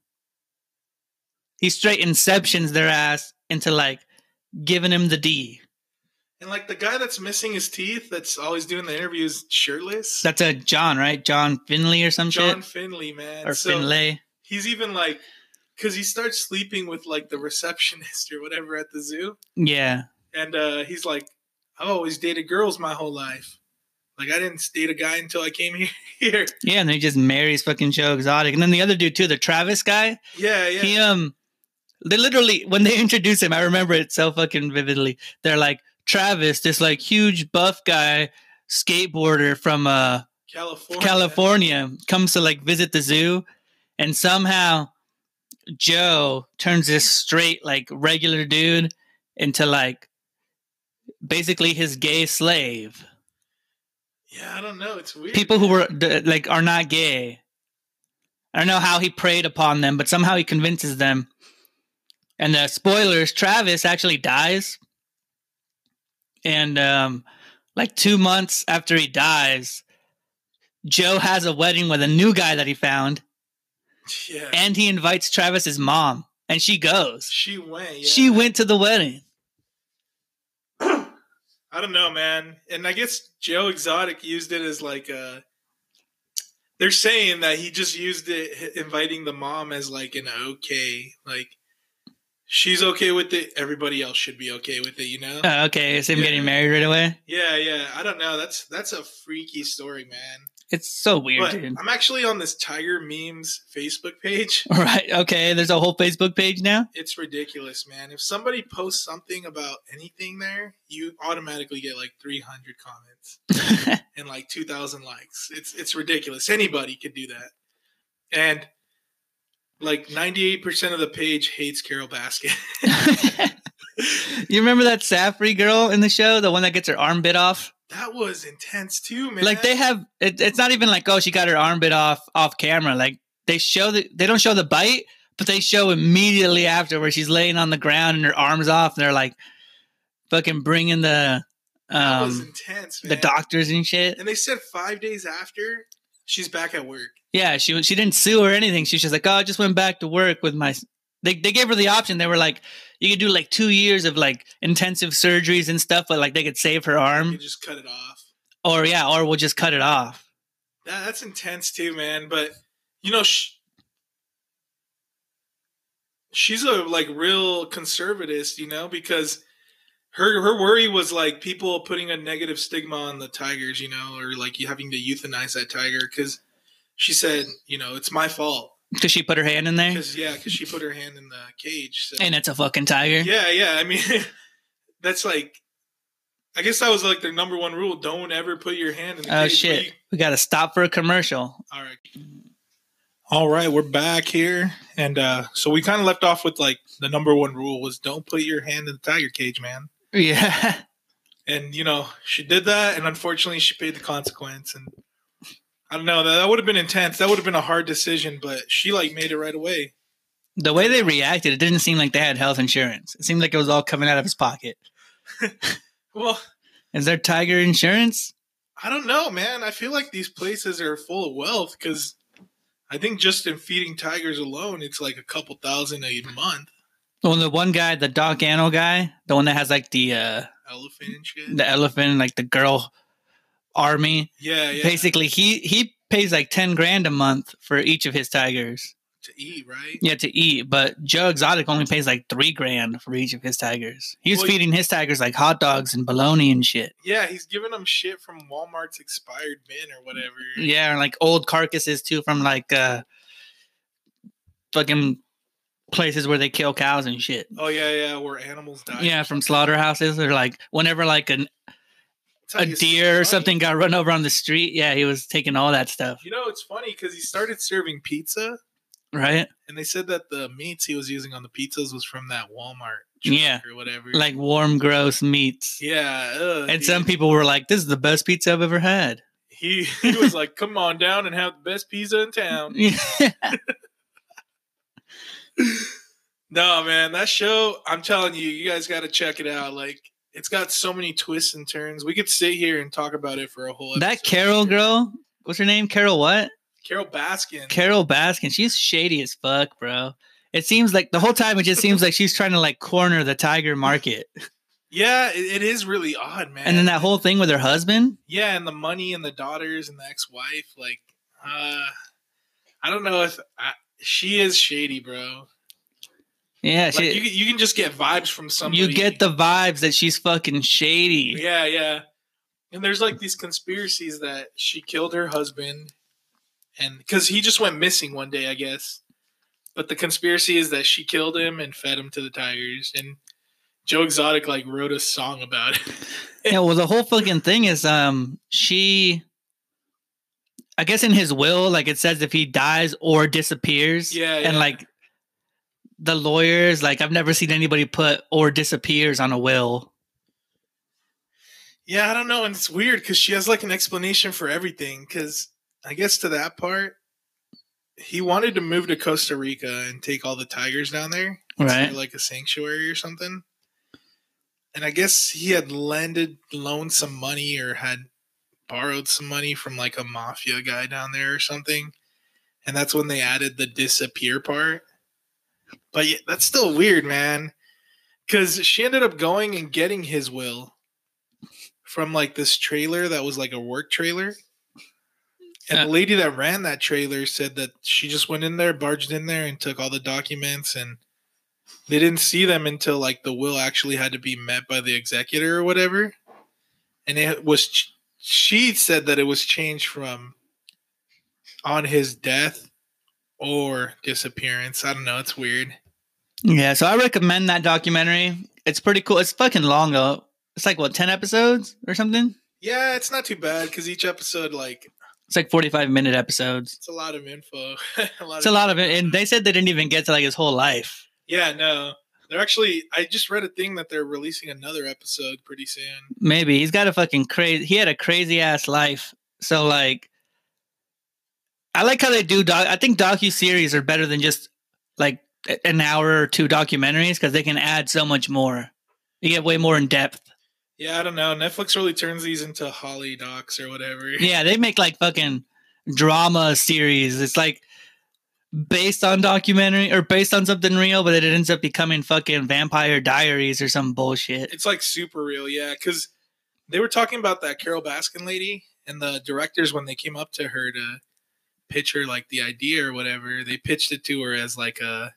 Speaker 2: He straight inceptions their ass into like giving him the D.
Speaker 1: and like the guy that's missing his teeth, that's always doing the interviews shirtless.
Speaker 2: That's a John, right? John Finley or some
Speaker 1: John
Speaker 2: shit
Speaker 1: Finley, man.
Speaker 2: or
Speaker 1: So-
Speaker 2: Finlay.
Speaker 1: he's even like because he starts sleeping with like the receptionist or whatever at the zoo
Speaker 2: Yeah.
Speaker 1: and uh, he's like i've always dated girls my whole life like i didn't date a guy until i came here here
Speaker 2: Yeah, and then he just marries fucking Joe Exotic. And then the other dude too, the Travis guy,
Speaker 1: yeah yeah
Speaker 2: He um they literally when they introduce him, I remember it so fucking vividly. They're like Travis, this like huge buff guy skateboarder from uh
Speaker 1: california
Speaker 2: California comes to like visit the zoo and somehow Joe turns this straight like regular dude into like basically his gay slave.
Speaker 1: yeah i don't know it's weird
Speaker 2: People who were d- like are not gay. I don't know how he preyed upon them, but somehow he convinces them. And uh, spoilers: Travis actually dies, and um, like two months after he dies, Joe has a wedding with a new guy that he found,
Speaker 1: yeah
Speaker 2: and he invites Travis's mom, and she goes.
Speaker 1: she went yeah.
Speaker 2: She went to the wedding.
Speaker 1: i don't know man and i guess joe exotic used it as like a they're saying that he just used it h- inviting the mom as like an okay like she's okay with it everybody else should be okay with it you know
Speaker 2: Oh, okay, is him
Speaker 1: Yeah.
Speaker 2: getting married right away?
Speaker 1: Yeah, yeah. I don't know. That's that's a freaky story, man.
Speaker 2: It's so weird,
Speaker 1: But
Speaker 2: dude.
Speaker 1: I'm actually on this Tiger Memes Facebook page.
Speaker 2: All right, okay. There's a whole Facebook page now.
Speaker 1: It's ridiculous, man. If somebody posts something about anything there, you automatically get like 300 comments and like 2,000 likes. It's it's ridiculous. Anybody could do that. And like 98% of the page hates Carol Baskin.
Speaker 2: you remember that Safri girl in the show, the one that gets her arm bit off?
Speaker 1: that was intense too, man.
Speaker 2: Like they have, it, it's not even like oh she got her arm bit off off camera. Like they show the, they don't show the bite, but they show immediately after where she's laying on the ground and her arms off, and they're like fucking bringing the
Speaker 1: that was
Speaker 2: um
Speaker 1: intense, man.
Speaker 2: the doctors and shit.
Speaker 1: And they said 5 days after she's back at work.
Speaker 2: Yeah, she she didn't sue or anything. She was just like, oh, I just went back to work with my. They they gave her the option. They were like, you could do like two years of like intensive surgeries and stuff, but like they could save her arm.
Speaker 1: You just cut it off.
Speaker 2: or yeah, or we'll just cut it off.
Speaker 1: That, that's intense too, man. But you know, sh- she's a like real conservatist, you know, because her her worry was like people putting a negative stigma on the tigers, you know, or like you having to euthanize that tiger because she said, you know, it's my fault.
Speaker 2: Because she put her hand in there,
Speaker 1: Because yeah, because she put her hand in the cage. So.
Speaker 2: and it's a fucking tiger.
Speaker 1: Yeah, yeah. I mean, that's like, I guess that was like their number one rule: don't ever put your hand in the
Speaker 2: Oh
Speaker 1: cage. but
Speaker 2: shit!
Speaker 1: you-
Speaker 2: We gotta stop for a commercial.
Speaker 1: all right. All right, we're back here, and uh so we kind of left off with like the number one rule was don't put your hand in the tiger cage, man.
Speaker 2: Yeah,
Speaker 1: And you know she did that, and unfortunately she paid the consequence. And I don't know that, that would have been intense. That would have been a hard decision, but she like made it right away.
Speaker 2: the way they reacted, it didn't seem like they had health insurance. It seemed like it was all coming out of his pocket.
Speaker 1: Well,
Speaker 2: Is there tiger insurance?
Speaker 1: I don't know, man. I feel like these places are full of wealth because I think just in feeding tigers alone, it's like a couple thousand a month.
Speaker 2: Well, the one guy, the Doc Anno guy, the one that has like the uh
Speaker 1: Elephant and shit.
Speaker 2: the elephant, like the girl army.
Speaker 1: Yeah, yeah.
Speaker 2: Basically, he he pays like ten grand a month for each of his tigers.
Speaker 1: To eat, right?
Speaker 2: Yeah, to eat. But Joe Exotic only pays like three grand for each of his tigers. He was
Speaker 1: Well,
Speaker 2: feeding his tigers like hot dogs and bologna and shit.
Speaker 1: Yeah, he's giving them shit from Walmart's expired bin or whatever.
Speaker 2: Mm, Yeah, and like old carcasses too from like uh fucking places where they kill cows and shit.
Speaker 1: Oh, yeah, yeah, where animals die.
Speaker 2: Yeah, from slaughterhouses or like whenever like an,
Speaker 1: It's
Speaker 2: a
Speaker 1: like it's
Speaker 2: deer or
Speaker 1: funny.
Speaker 2: something got run over on the street. Yeah, he was taking all that stuff,
Speaker 1: You know, it's funny because he started serving pizza,
Speaker 2: right?
Speaker 1: and they said that the meats he was using on the pizzas was from that Walmart. truck
Speaker 2: Yeah.
Speaker 1: Or whatever.
Speaker 2: Like warm, gross meats.
Speaker 1: yeah. ugh,
Speaker 2: And
Speaker 1: dude.
Speaker 2: some people were like, "This is the best pizza I've ever had."
Speaker 1: He, he was like, come on down and have the best pizza in town. No, man, that show, I'm telling you, you guys got to check it out. Like, it's got so many twists and turns. We could sit here and talk about it for a whole
Speaker 2: that
Speaker 1: episode.
Speaker 2: Carol girl, what's her name? Carol what?
Speaker 1: Carol Baskin.
Speaker 2: Carol Baskin. She's shady as fuck, bro. It seems like the whole time it just seems like she's trying to like corner the tiger market.
Speaker 1: yeah, it, it is really odd, man.
Speaker 2: And then that whole thing with her husband.
Speaker 1: yeah, and the money and the daughters and the ex-wife, like, uh, I don't know if I, she is shady, bro.
Speaker 2: Yeah,
Speaker 1: Like, you
Speaker 2: she,
Speaker 1: can- you can just get vibes from somebody.
Speaker 2: you get the vibes that she's fucking shady.
Speaker 1: Yeah, yeah. And there's like these conspiracies that she killed her husband and cuz he just went missing one day, I guess. But the conspiracy is that she killed him and fed him to the tigers and Joe Exotic like wrote a song about it.
Speaker 2: yeah well the whole fucking thing is um she i guess in his will like it says if he dies or disappears
Speaker 1: Yeah,
Speaker 2: and
Speaker 1: yeah.
Speaker 2: like the lawyers like i've never seen anybody put or disappears on a will
Speaker 1: yeah, I don't know and it's weird cuz she has like an explanation for everything cuz I guess to that part he wanted to move to Costa Rica and take all the tigers down there.
Speaker 2: right
Speaker 1: for, like a sanctuary or something. And I guess he had lended loaned some money or had borrowed some money from like a mafia guy down there or something. And that's when they added the disappear part. But yeah, that's still weird, man. Cause she ended up going and getting his will from like this trailer that was like a work trailer. And the lady that ran that trailer said that she just went in there, barged in there, and took all the documents and they didn't see them until like the will actually had to be met by the executor or whatever and it was ch- she said that it was changed from on his death or disappearance i don't know it's weird
Speaker 2: yeah so i recommend that documentary it's pretty cool it's fucking long though it's like what 10 episodes or something
Speaker 1: yeah it's not too bad because each episode like
Speaker 2: it's like 45 minute episodes
Speaker 1: it's a lot of info a lot
Speaker 2: it's a lot of it and they said they didn't even get to like his whole life
Speaker 1: yeah no they're actually i just read a thing that they're releasing another episode pretty soon
Speaker 2: maybe he's got a fucking crazy he had a crazy ass life so like i like how they do doc i think docu series are better than just like a- an hour or two documentaries because they can add so much more you get way more in depth
Speaker 1: yeah i don't know netflix really turns these into holly docs or whatever
Speaker 2: yeah they make like fucking drama series it's like based on documentary or based on something real but it ends up becoming fucking vampire diaries or some bullshit
Speaker 1: It's like super real, yeah. Because they were talking about that Carol Baskin lady, and the directors when they came up to her to pitch her like the idea or whatever, they pitched it to her as like a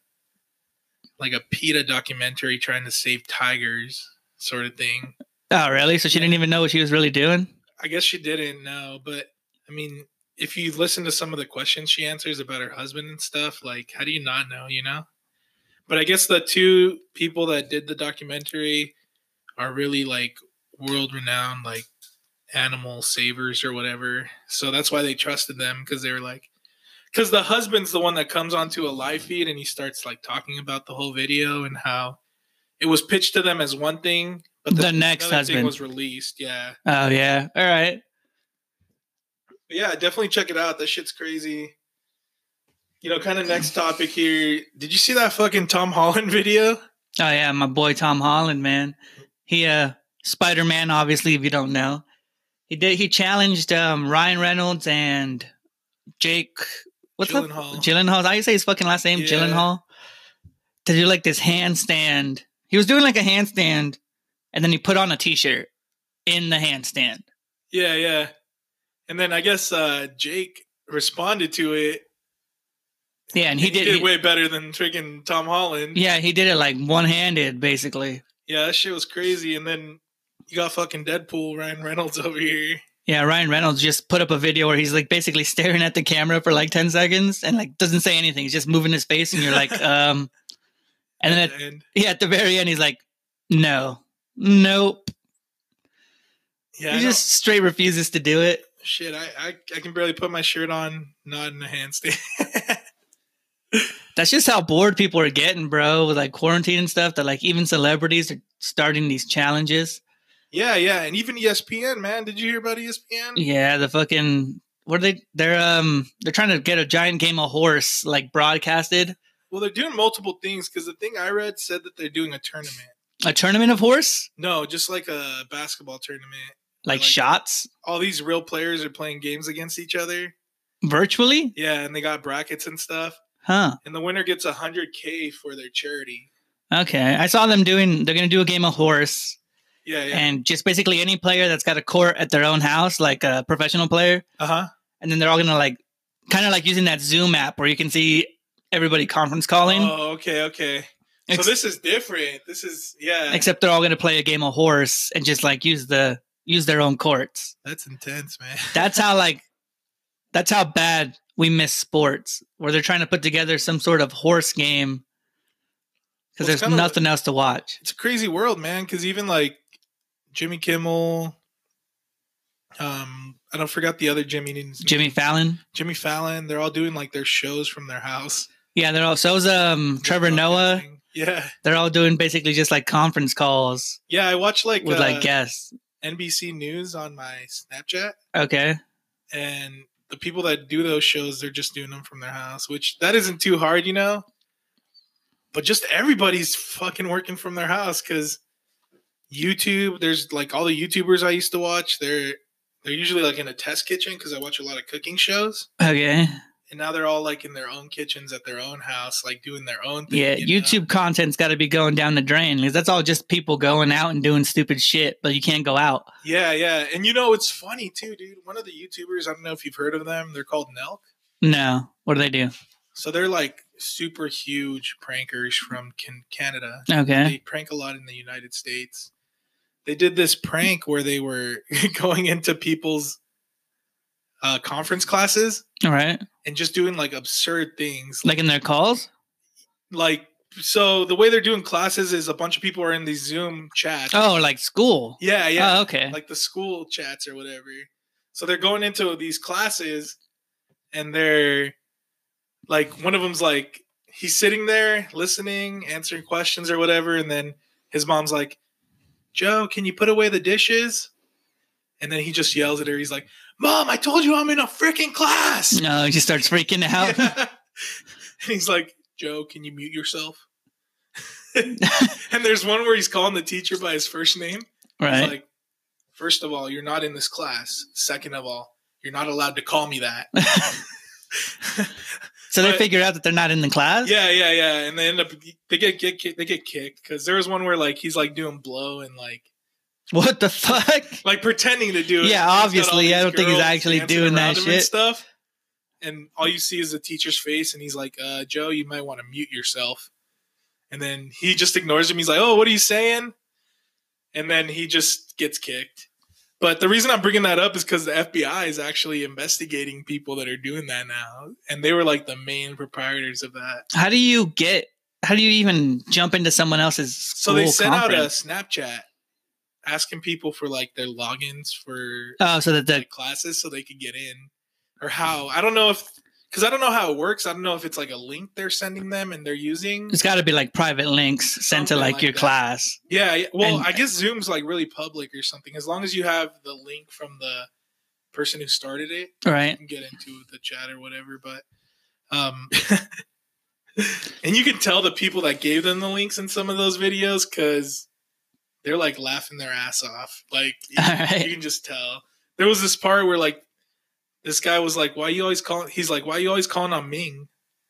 Speaker 1: like a PETA documentary trying to save tigers, sort of thing.
Speaker 2: Oh, really? So she didn't even know what she was really doing?
Speaker 1: I guess she didn't know, but I mean, if you listen to some of the questions she answers about her husband and stuff, like how do you not know, you know? But I guess the two people that did the documentary are really like world renowned like animal savers or whatever. So that's why they trusted them because they were like because the husband's the one that comes onto a live feed and he starts like talking about the whole video and how it was pitched to them as one thing, but
Speaker 2: The next
Speaker 1: another thing
Speaker 2: husband.
Speaker 1: was released. Yeah.
Speaker 2: Oh, yeah. All right.
Speaker 1: But yeah, definitely check it out. That shit's crazy. You know, kind of next topic here. Did you see that fucking Tom Holland video?
Speaker 2: Oh, yeah. My boy Tom Holland, man. He, uh, Spider Man, obviously, if you don't know. He did, he challenged, um, Ryan Reynolds and Jake, what's up?
Speaker 1: Gyllenhaal.
Speaker 2: Gyllenhaal. How do you say his fucking last name?
Speaker 1: Yeah.
Speaker 2: Gyllenhaal. To do like this handstand. He was doing like a handstand, and then he put on a t-shirt in the handstand.
Speaker 1: Yeah, yeah. And then I guess uh Jake responded to it.
Speaker 2: Yeah, and he, did. he-
Speaker 1: way better than freaking Tom Holland.
Speaker 2: yeah, he did it like one-handed, basically.
Speaker 1: Yeah, that shit was crazy. And then you got fucking Deadpool Ryan Reynolds over here.
Speaker 2: Yeah, Ryan Reynolds just put up a video where he's like basically staring at the camera for like ten seconds and like doesn't say anything. He's just moving his face, and you're like, um. And then at,
Speaker 1: and
Speaker 2: yeah, at the very end, he's like, "No, nope."
Speaker 1: yeah, I
Speaker 2: he
Speaker 1: don't-
Speaker 2: just straight refuses to do it.
Speaker 1: shit. I, I I can barely put my shirt on, not in a handstand.
Speaker 2: that's just how bored people are getting, bro, with like quarantine and stuff. That like even celebrities are starting these challenges.
Speaker 1: yeah, yeah. And even E ESPN, man. Did you hear about E ESPN?
Speaker 2: Yeah, the fucking what are they? They're um they're trying to get a giant game of horse like broadcasted.
Speaker 1: Well, they're doing multiple things because the thing I read said that they're doing a tournament.
Speaker 2: A tournament of horse,
Speaker 1: No, just like a basketball tournament.
Speaker 2: like,
Speaker 1: Like-
Speaker 2: shots
Speaker 1: All these real players are playing games against each other.
Speaker 2: virtually,
Speaker 1: Yeah, and they got brackets and stuff.
Speaker 2: huh?
Speaker 1: And the winner gets 100K for their charity.
Speaker 2: Okay, I saw them doing. They're gonna do a game of horse,
Speaker 1: Yeah, yeah.
Speaker 2: and just basically any player that's got a court at their own house, like a professional player,
Speaker 1: Uh huh.
Speaker 2: and then they're all gonna like, kind of like using that Zoom app where you can see everybody conference calling.
Speaker 1: Oh, okay, okay.
Speaker 2: Ex-
Speaker 1: so this is different. This is, yeah.
Speaker 2: except they're all going to play a game of horse and just like use the use their own courts.
Speaker 1: That's intense, man.
Speaker 2: That's how like that's how bad we miss sports, where they're trying to put together some sort of horse game because
Speaker 1: Well, it's
Speaker 2: there's
Speaker 1: kinda
Speaker 2: nothing else to watch.
Speaker 1: It's a crazy world, man, because even like Jimmy Kimmel, um, I don't forgot the other Jimmy,
Speaker 2: Jimmy Fallon,
Speaker 1: Jimmy Fallon, they're all doing like their shows from their house.
Speaker 2: yeah, they're all so's um Trevor Noah.
Speaker 1: Yeah.
Speaker 2: They're all doing basically just like conference calls
Speaker 1: Yeah, I watch like
Speaker 2: with
Speaker 1: uh,
Speaker 2: like guests.
Speaker 1: NBC News on my Snapchat,
Speaker 2: Okay,
Speaker 1: and the people that do those shows, they're just doing them from their house, which that isn't too hard, you know. But just everybody's fucking working from their house because YouTube. There's like all the YouTubers I used to watch. They're they're usually like in a test kitchen because I watch a lot of cooking shows,
Speaker 2: okay,
Speaker 1: and now they're all like in their own kitchens at their own house, like doing their own thing.
Speaker 2: yeah.
Speaker 1: you know?
Speaker 2: YouTube content's got to be going down the drain because that's all just people going out and doing stupid shit, but you can't go out.
Speaker 1: Yeah, yeah, and you know it's funny too, dude. One of the YouTubers, I don't know if you've heard of them. They're called Nelk.
Speaker 2: No, what do they do?
Speaker 1: So they're like super huge prankers from can- Canada.
Speaker 2: Okay.
Speaker 1: They prank a lot in the United States. They did this prank where they were going into people's uh, conference classes
Speaker 2: All right.
Speaker 1: and just doing like absurd things.
Speaker 2: Like in their calls?
Speaker 1: Like, so the way they're doing classes is a bunch of people are in these Zoom chats.
Speaker 2: Oh, like school.
Speaker 1: yeah, yeah
Speaker 2: Oh, okay.
Speaker 1: like the school chats or whatever. So they're going into these classes and they're like one of them's like he's sitting there listening, answering questions or whatever and then his mom's like, "Joe, can you put away the dishes?" And then he just yells at her. He's like, "Mom, I told you I'm in a freaking class."
Speaker 2: no, he just starts freaking out.
Speaker 1: and he's like, "Joe, can you mute yourself?" and there's one where he's calling the teacher by his first name. It's
Speaker 2: right.
Speaker 1: like, first of all, you're not in this class. Second of all, you're not allowed to call me that.
Speaker 2: so they
Speaker 1: but-
Speaker 2: figure out that they're not in the class?
Speaker 1: yeah, yeah, yeah. And they end up they get get ki- they get kicked because there was one where like he's like doing blow and like
Speaker 2: What the fuck?
Speaker 1: like pretending to do it.
Speaker 2: Yeah,
Speaker 1: He's got all
Speaker 2: obviously,
Speaker 1: these
Speaker 2: I don't think he's
Speaker 1: girls
Speaker 2: actually
Speaker 1: dancing
Speaker 2: doing
Speaker 1: around
Speaker 2: that
Speaker 1: him and
Speaker 2: shit.
Speaker 1: stuff. And all you see is the teacher's face, and he's like, uh, "Joe, you might want to mute yourself." And then he just ignores him. He's like, "Oh, what are you saying?" And then he just gets kicked. But the reason I'm bringing that up is because the FBI is actually investigating people that are doing that now, and they were like the main proprietors of that.
Speaker 2: How do you get? How do you even jump into someone else's?
Speaker 1: So they
Speaker 2: school
Speaker 1: sent out a
Speaker 2: conference?
Speaker 1: Snapchat asking people for like their logins for
Speaker 2: Oh, so that the
Speaker 1: like, classes so they could get in, or how I don't know if because I don't know how it works. I don't know if it's like a link they're sending them and they're using.
Speaker 2: it's got to be like private links sent to
Speaker 1: Something
Speaker 2: like,
Speaker 1: like
Speaker 2: your
Speaker 1: that.
Speaker 2: class.
Speaker 1: Yeah, yeah. well,
Speaker 2: And-
Speaker 1: I guess Zoom's like really public or something. As long as you have the link from the person who started it,
Speaker 2: Right.
Speaker 1: you can get into the chat or whatever. But, um, and you can tell the people that gave them the links in some of those videos because they're like laughing their ass off. Like, you,
Speaker 2: All right.
Speaker 1: you can just tell. There was this part where like this guy was like, "Why you always calling?" He's like, "Why you always calling on Ming?"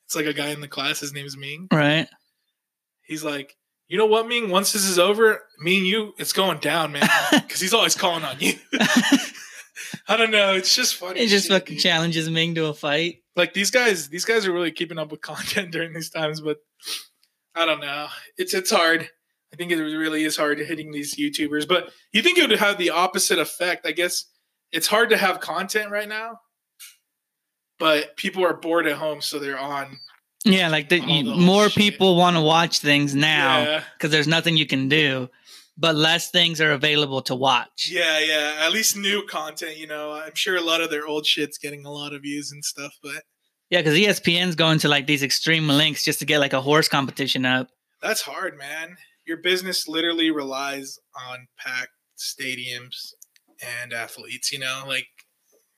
Speaker 1: It's like a guy in the class. His name's Ming.
Speaker 2: Right.
Speaker 1: He's like, you know what, Ming? Once this is over, me and you, it's going down, man. Because he's always calling on you. I don't know. It's just funny.
Speaker 2: It just
Speaker 1: shit,
Speaker 2: fucking
Speaker 1: dude.
Speaker 2: challenges Ming to a fight.
Speaker 1: Like these guys, these guys are really keeping up with content during these times. But I don't know. It's it's hard. I think it really is hard hitting these YouTubers. But you think it would have the opposite effect? I guess it's hard to have content right now. But people are bored at home, so they're on
Speaker 2: Yeah, like the,
Speaker 1: All
Speaker 2: you-
Speaker 1: the
Speaker 2: more
Speaker 1: shit.
Speaker 2: people want to watch things now
Speaker 1: Yeah.
Speaker 2: because there's nothing you can do, but less things are available to watch.
Speaker 1: Yeah, yeah. At least new content, you know. I'm sure a lot of their old shit's getting a lot of views and stuff, but
Speaker 2: Yeah, E because ESPN's going to like these extreme links just to get like a horse competition up.
Speaker 1: that's hard, man. Your business literally relies on packed stadiums and athletes, you know? Like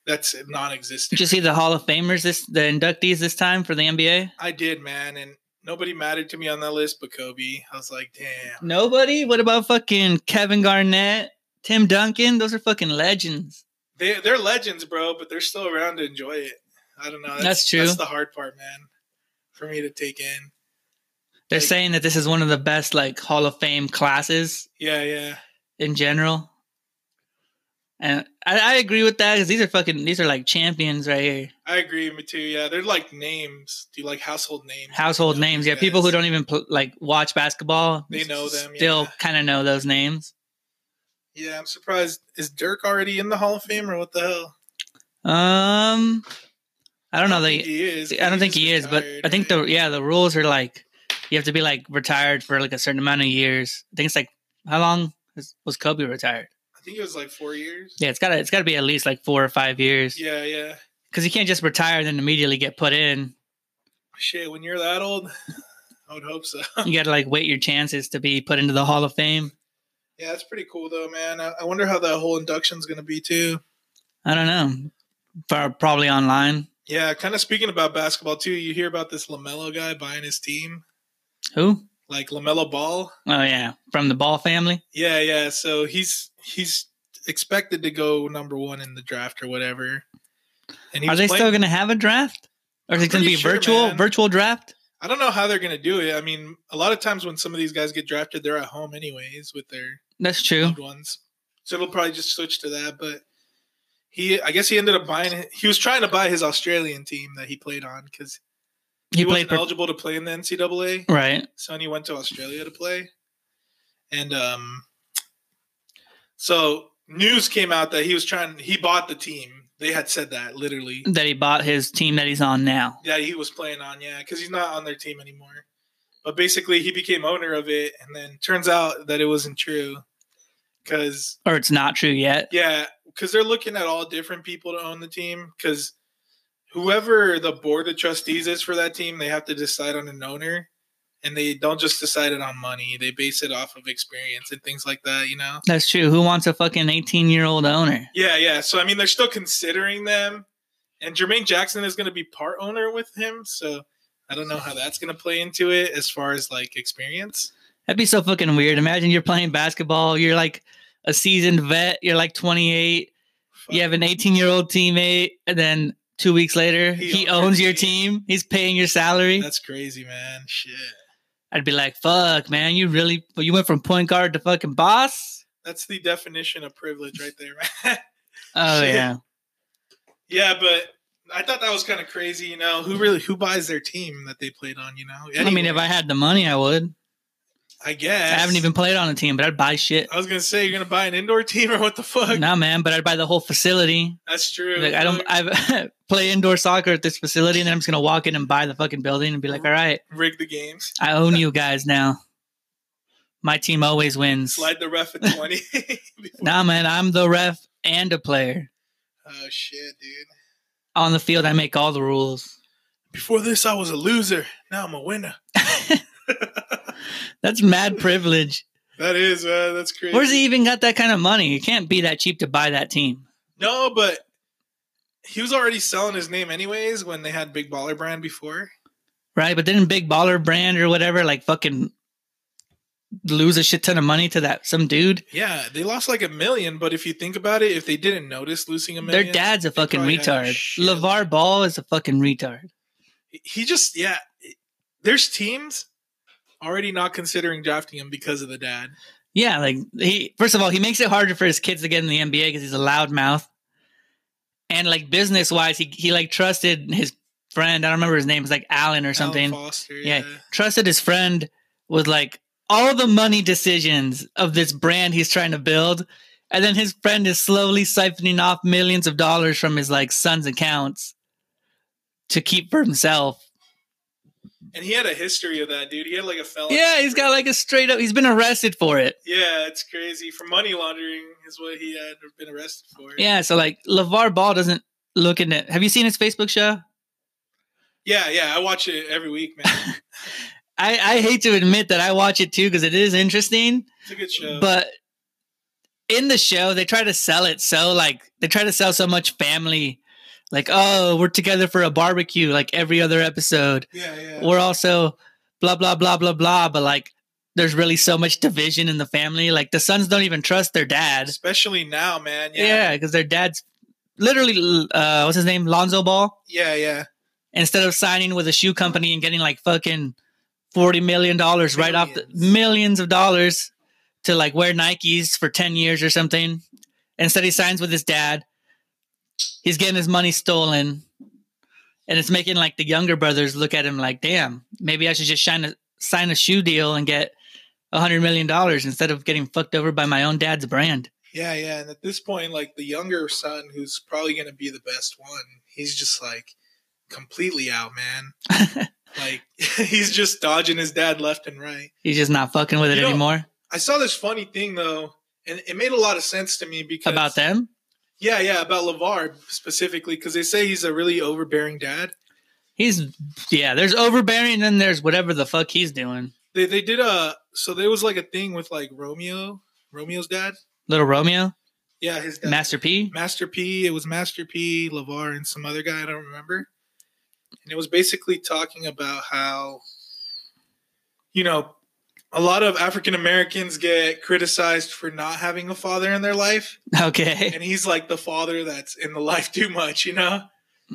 Speaker 1: that's non-existent.
Speaker 2: Did you see the Hall of Famers this the inductees this time for the NBA?
Speaker 1: I did, man, and nobody mattered to me on that list but Kobe. I was like, "Damn."
Speaker 2: Nobody? What about fucking Kevin Garnett, Tim Duncan? Those are fucking legends.
Speaker 1: They they're legends, bro, but they're still around to enjoy it. I don't know.
Speaker 2: That's true.
Speaker 1: That's the hard part, man. For me to take in.
Speaker 2: They're
Speaker 1: Like-
Speaker 2: saying that this is one of the best like Hall of Fame classes
Speaker 1: Yeah, yeah.
Speaker 2: in general. And I, I agree with that because these are fucking these are like champions right here.
Speaker 1: I agree with you too. Yeah, they're like names. Do you like household names?
Speaker 2: Household
Speaker 1: You know,
Speaker 2: names,
Speaker 1: these
Speaker 2: yeah. People
Speaker 1: guys.
Speaker 2: who don't even pl- like watch basketball,
Speaker 1: They know them,
Speaker 2: Still
Speaker 1: yeah.
Speaker 2: kind of know those names.
Speaker 1: Yeah, I'm surprised. Is Dirk already in the Hall of Fame or what the hell?
Speaker 2: Um, I don't know.
Speaker 1: think
Speaker 2: They,
Speaker 1: he is.
Speaker 2: I don't think he
Speaker 1: just
Speaker 2: is, but
Speaker 1: retired,
Speaker 2: I think the
Speaker 1: right?
Speaker 2: yeah the rules are like you have to be like retired for like a certain amount of years. I think it's like how long is, was Kobe retired?
Speaker 1: I think it was like four years.
Speaker 2: Yeah, it's gotta it's gotta be at least like four or five years
Speaker 1: Yeah, yeah.
Speaker 2: because you can't just retire and then immediately get put in.
Speaker 1: Shit, when you're that old, I would hope so.
Speaker 2: You gotta like wait your chances to be put into the Hall of Fame.
Speaker 1: yeah, that's pretty cool though, man. I, I wonder how that whole induction's gonna be too.
Speaker 2: I don't know. Pro- Probably online.
Speaker 1: Yeah, kind of speaking about basketball too. You hear about this Lamelo guy buying his team,
Speaker 2: Who?
Speaker 1: like Lamelo Ball.
Speaker 2: Oh yeah, from the Ball family.
Speaker 1: Yeah, yeah. So he's he's expected to go number one in the draft or whatever. And he
Speaker 2: Are
Speaker 1: was
Speaker 2: they
Speaker 1: playing-
Speaker 2: still going to have a draft, or is
Speaker 1: I'm
Speaker 2: it going to
Speaker 1: pretty
Speaker 2: be
Speaker 1: sure,
Speaker 2: virtual?
Speaker 1: man.
Speaker 2: Virtual draft?
Speaker 1: I don't know how they're gonna do it. I mean, a lot of times when some of these guys get drafted, they're at home anyways with their
Speaker 2: That's true.
Speaker 1: loved ones. So it'll probably just switch to that. But he, I guess he ended up buying. He was trying to buy his Australian team that he played on because
Speaker 2: He,
Speaker 1: he,
Speaker 2: played
Speaker 1: wasn't
Speaker 2: for,
Speaker 1: eligible to play in the NCAA.
Speaker 2: right.
Speaker 1: So he went to Australia to play. And um so news came out that he was trying he bought the team. They had said that literally.
Speaker 2: That he bought his team that he's on now.
Speaker 1: That he was playing on, yeah, because he's not on their team anymore. But basically he became owner of it and then turns out that it wasn't true. Cause
Speaker 2: Or it's not true yet.
Speaker 1: yeah, because they're looking at all different people to own the team. Because whoever the board of trustees is for that team, they have to decide on an owner, and they don't just decide it on money. They base it off of experience and things like that. You know?
Speaker 2: That's true. Who wants a fucking eighteen-year-old owner?
Speaker 1: Yeah, yeah. So I mean, they're still considering them, and Jermaine Jackson is going to be part owner with him. So I don't know how that's going to play into it as far as like experience.
Speaker 2: That'd be so fucking weird. Imagine you're playing basketball. You're like a seasoned vet. You're like twenty-eight. You have an eighteen-year-old teammate, and then two weeks later,
Speaker 1: He owns
Speaker 2: he,
Speaker 1: your
Speaker 2: owns your
Speaker 1: team.
Speaker 2: team. He's paying your salary.
Speaker 1: That's crazy, man. Shit.
Speaker 2: I'd be like, "Fuck, man, you really? You went from point guard to fucking boss."
Speaker 1: That's the definition of privilege right there, man.
Speaker 2: Oh
Speaker 1: Shit.
Speaker 2: yeah.
Speaker 1: Yeah, but I thought that was kind of crazy. You know, who really who buys their team that they played on? You know,
Speaker 2: I mean, if I
Speaker 1: Anyway,
Speaker 2: had the money, I would.
Speaker 1: I guess.
Speaker 2: I haven't even played on a team, but I'd buy shit.
Speaker 1: I was gonna say you're gonna buy an indoor team or what the fuck?
Speaker 2: Nah, man, but I'd buy the whole facility.
Speaker 1: That's true.
Speaker 2: Like I don't, I play indoor soccer at this facility, and then I'm just gonna walk in and buy the fucking building and be
Speaker 1: Uh-huh.
Speaker 2: like, all right,
Speaker 1: rig the games.
Speaker 2: I own you guys now. My team always wins.
Speaker 1: Slide the ref at twenty. Before-
Speaker 2: Nah, man, I'm the ref and a player
Speaker 1: Oh shit, dude.
Speaker 2: on the field. I make all the rules.
Speaker 1: Before this, I was a loser. Now I'm a winner.
Speaker 2: That's mad privilege.
Speaker 1: That is, man. That's crazy.
Speaker 2: Where's he even got that kind of money? It can't be that cheap to buy that team.
Speaker 1: No, but he was already selling his name anyways when they had Big Baller Brand before.
Speaker 2: Right, but didn't Big Baller Brand or whatever like fucking lose a shit ton of money to that some dude?
Speaker 1: Yeah, they lost like a million, but if you think about it, if they didn't notice losing a million,
Speaker 2: Their dad's a fucking
Speaker 1: probably had a
Speaker 2: retard.
Speaker 1: shit-
Speaker 2: LeVar Ball is a fucking retard.
Speaker 1: he just yeah, there's teams already not considering drafting him because of the dad.
Speaker 2: Yeah, like he first of all, he makes it harder for his kids to get in the NBA because he's a loudmouth. And like business wise, he he like trusted his friend. I don't remember his name. It's like Allen or
Speaker 1: Alan
Speaker 2: something.
Speaker 1: Foster,
Speaker 2: Yeah.
Speaker 1: yeah.
Speaker 2: Trusted his friend with like all the money decisions of this brand he's trying to build. And then his friend is slowly siphoning off millions of dollars from his like son's accounts to keep for himself.
Speaker 1: And he had a history of that, dude. He had like a felony.
Speaker 2: Yeah, he's got like a straight up he's been arrested for it.
Speaker 1: Yeah, it's crazy. For money laundering is what he had been arrested for.
Speaker 2: Yeah, so like LeVar Ball doesn't look in it. Have you seen his Facebook show?
Speaker 1: Yeah, yeah. I watch it every week, man.
Speaker 2: I, I hate to admit that I watch it too because it is interesting,
Speaker 1: It's a good show.
Speaker 2: but in the show they try to sell it so like they try to sell so much family, like oh we're together for a barbecue like every other episode.
Speaker 1: yeah, yeah.
Speaker 2: We're also blah blah blah blah blah, but like there's really so much division in the family. Like the sons don't even trust their dad.
Speaker 1: Especially now, man.
Speaker 2: Yeah, because their dad's literally uh, what's his name Lonzo Ball.
Speaker 1: Yeah, yeah.
Speaker 2: instead of signing with a shoe company and getting like fucking forty million dollars right off the
Speaker 1: Millions.
Speaker 2: millions of dollars to like wear Nikes for ten years or something. Instead, he signs with his dad. He's getting his money stolen, and it's making like the younger brothers look at him like, "Damn, maybe I should just shine a, sign a shoe deal and get a hundred million dollars instead of getting fucked over by my own dad's brand."
Speaker 1: Yeah, yeah. And at this point, like the younger son, who's probably going to be the best one, he's just like completely out, man. like he's just dodging his dad left and right.
Speaker 2: He's just not fucking with it
Speaker 1: You know,
Speaker 2: anymore.
Speaker 1: I saw this funny thing though, and it made a lot of sense to me because
Speaker 2: About them,
Speaker 1: Yeah, yeah, about Levar specifically because they say he's a really overbearing dad.
Speaker 2: he's yeah. There's overbearing, and then there's whatever the fuck he's doing.
Speaker 1: They they did a so there was like a thing with like Romeo, Romeo's dad.
Speaker 2: Little Romeo,
Speaker 1: Yeah, his dad.
Speaker 2: Master P.
Speaker 1: Master P. It was Master P, Lavar, and some other guy I don't remember. And it was basically talking about how, you know, a lot of African Americans get criticized for not having a father in their life,
Speaker 2: Okay.
Speaker 1: and he's like the father that's in the life too much. You know,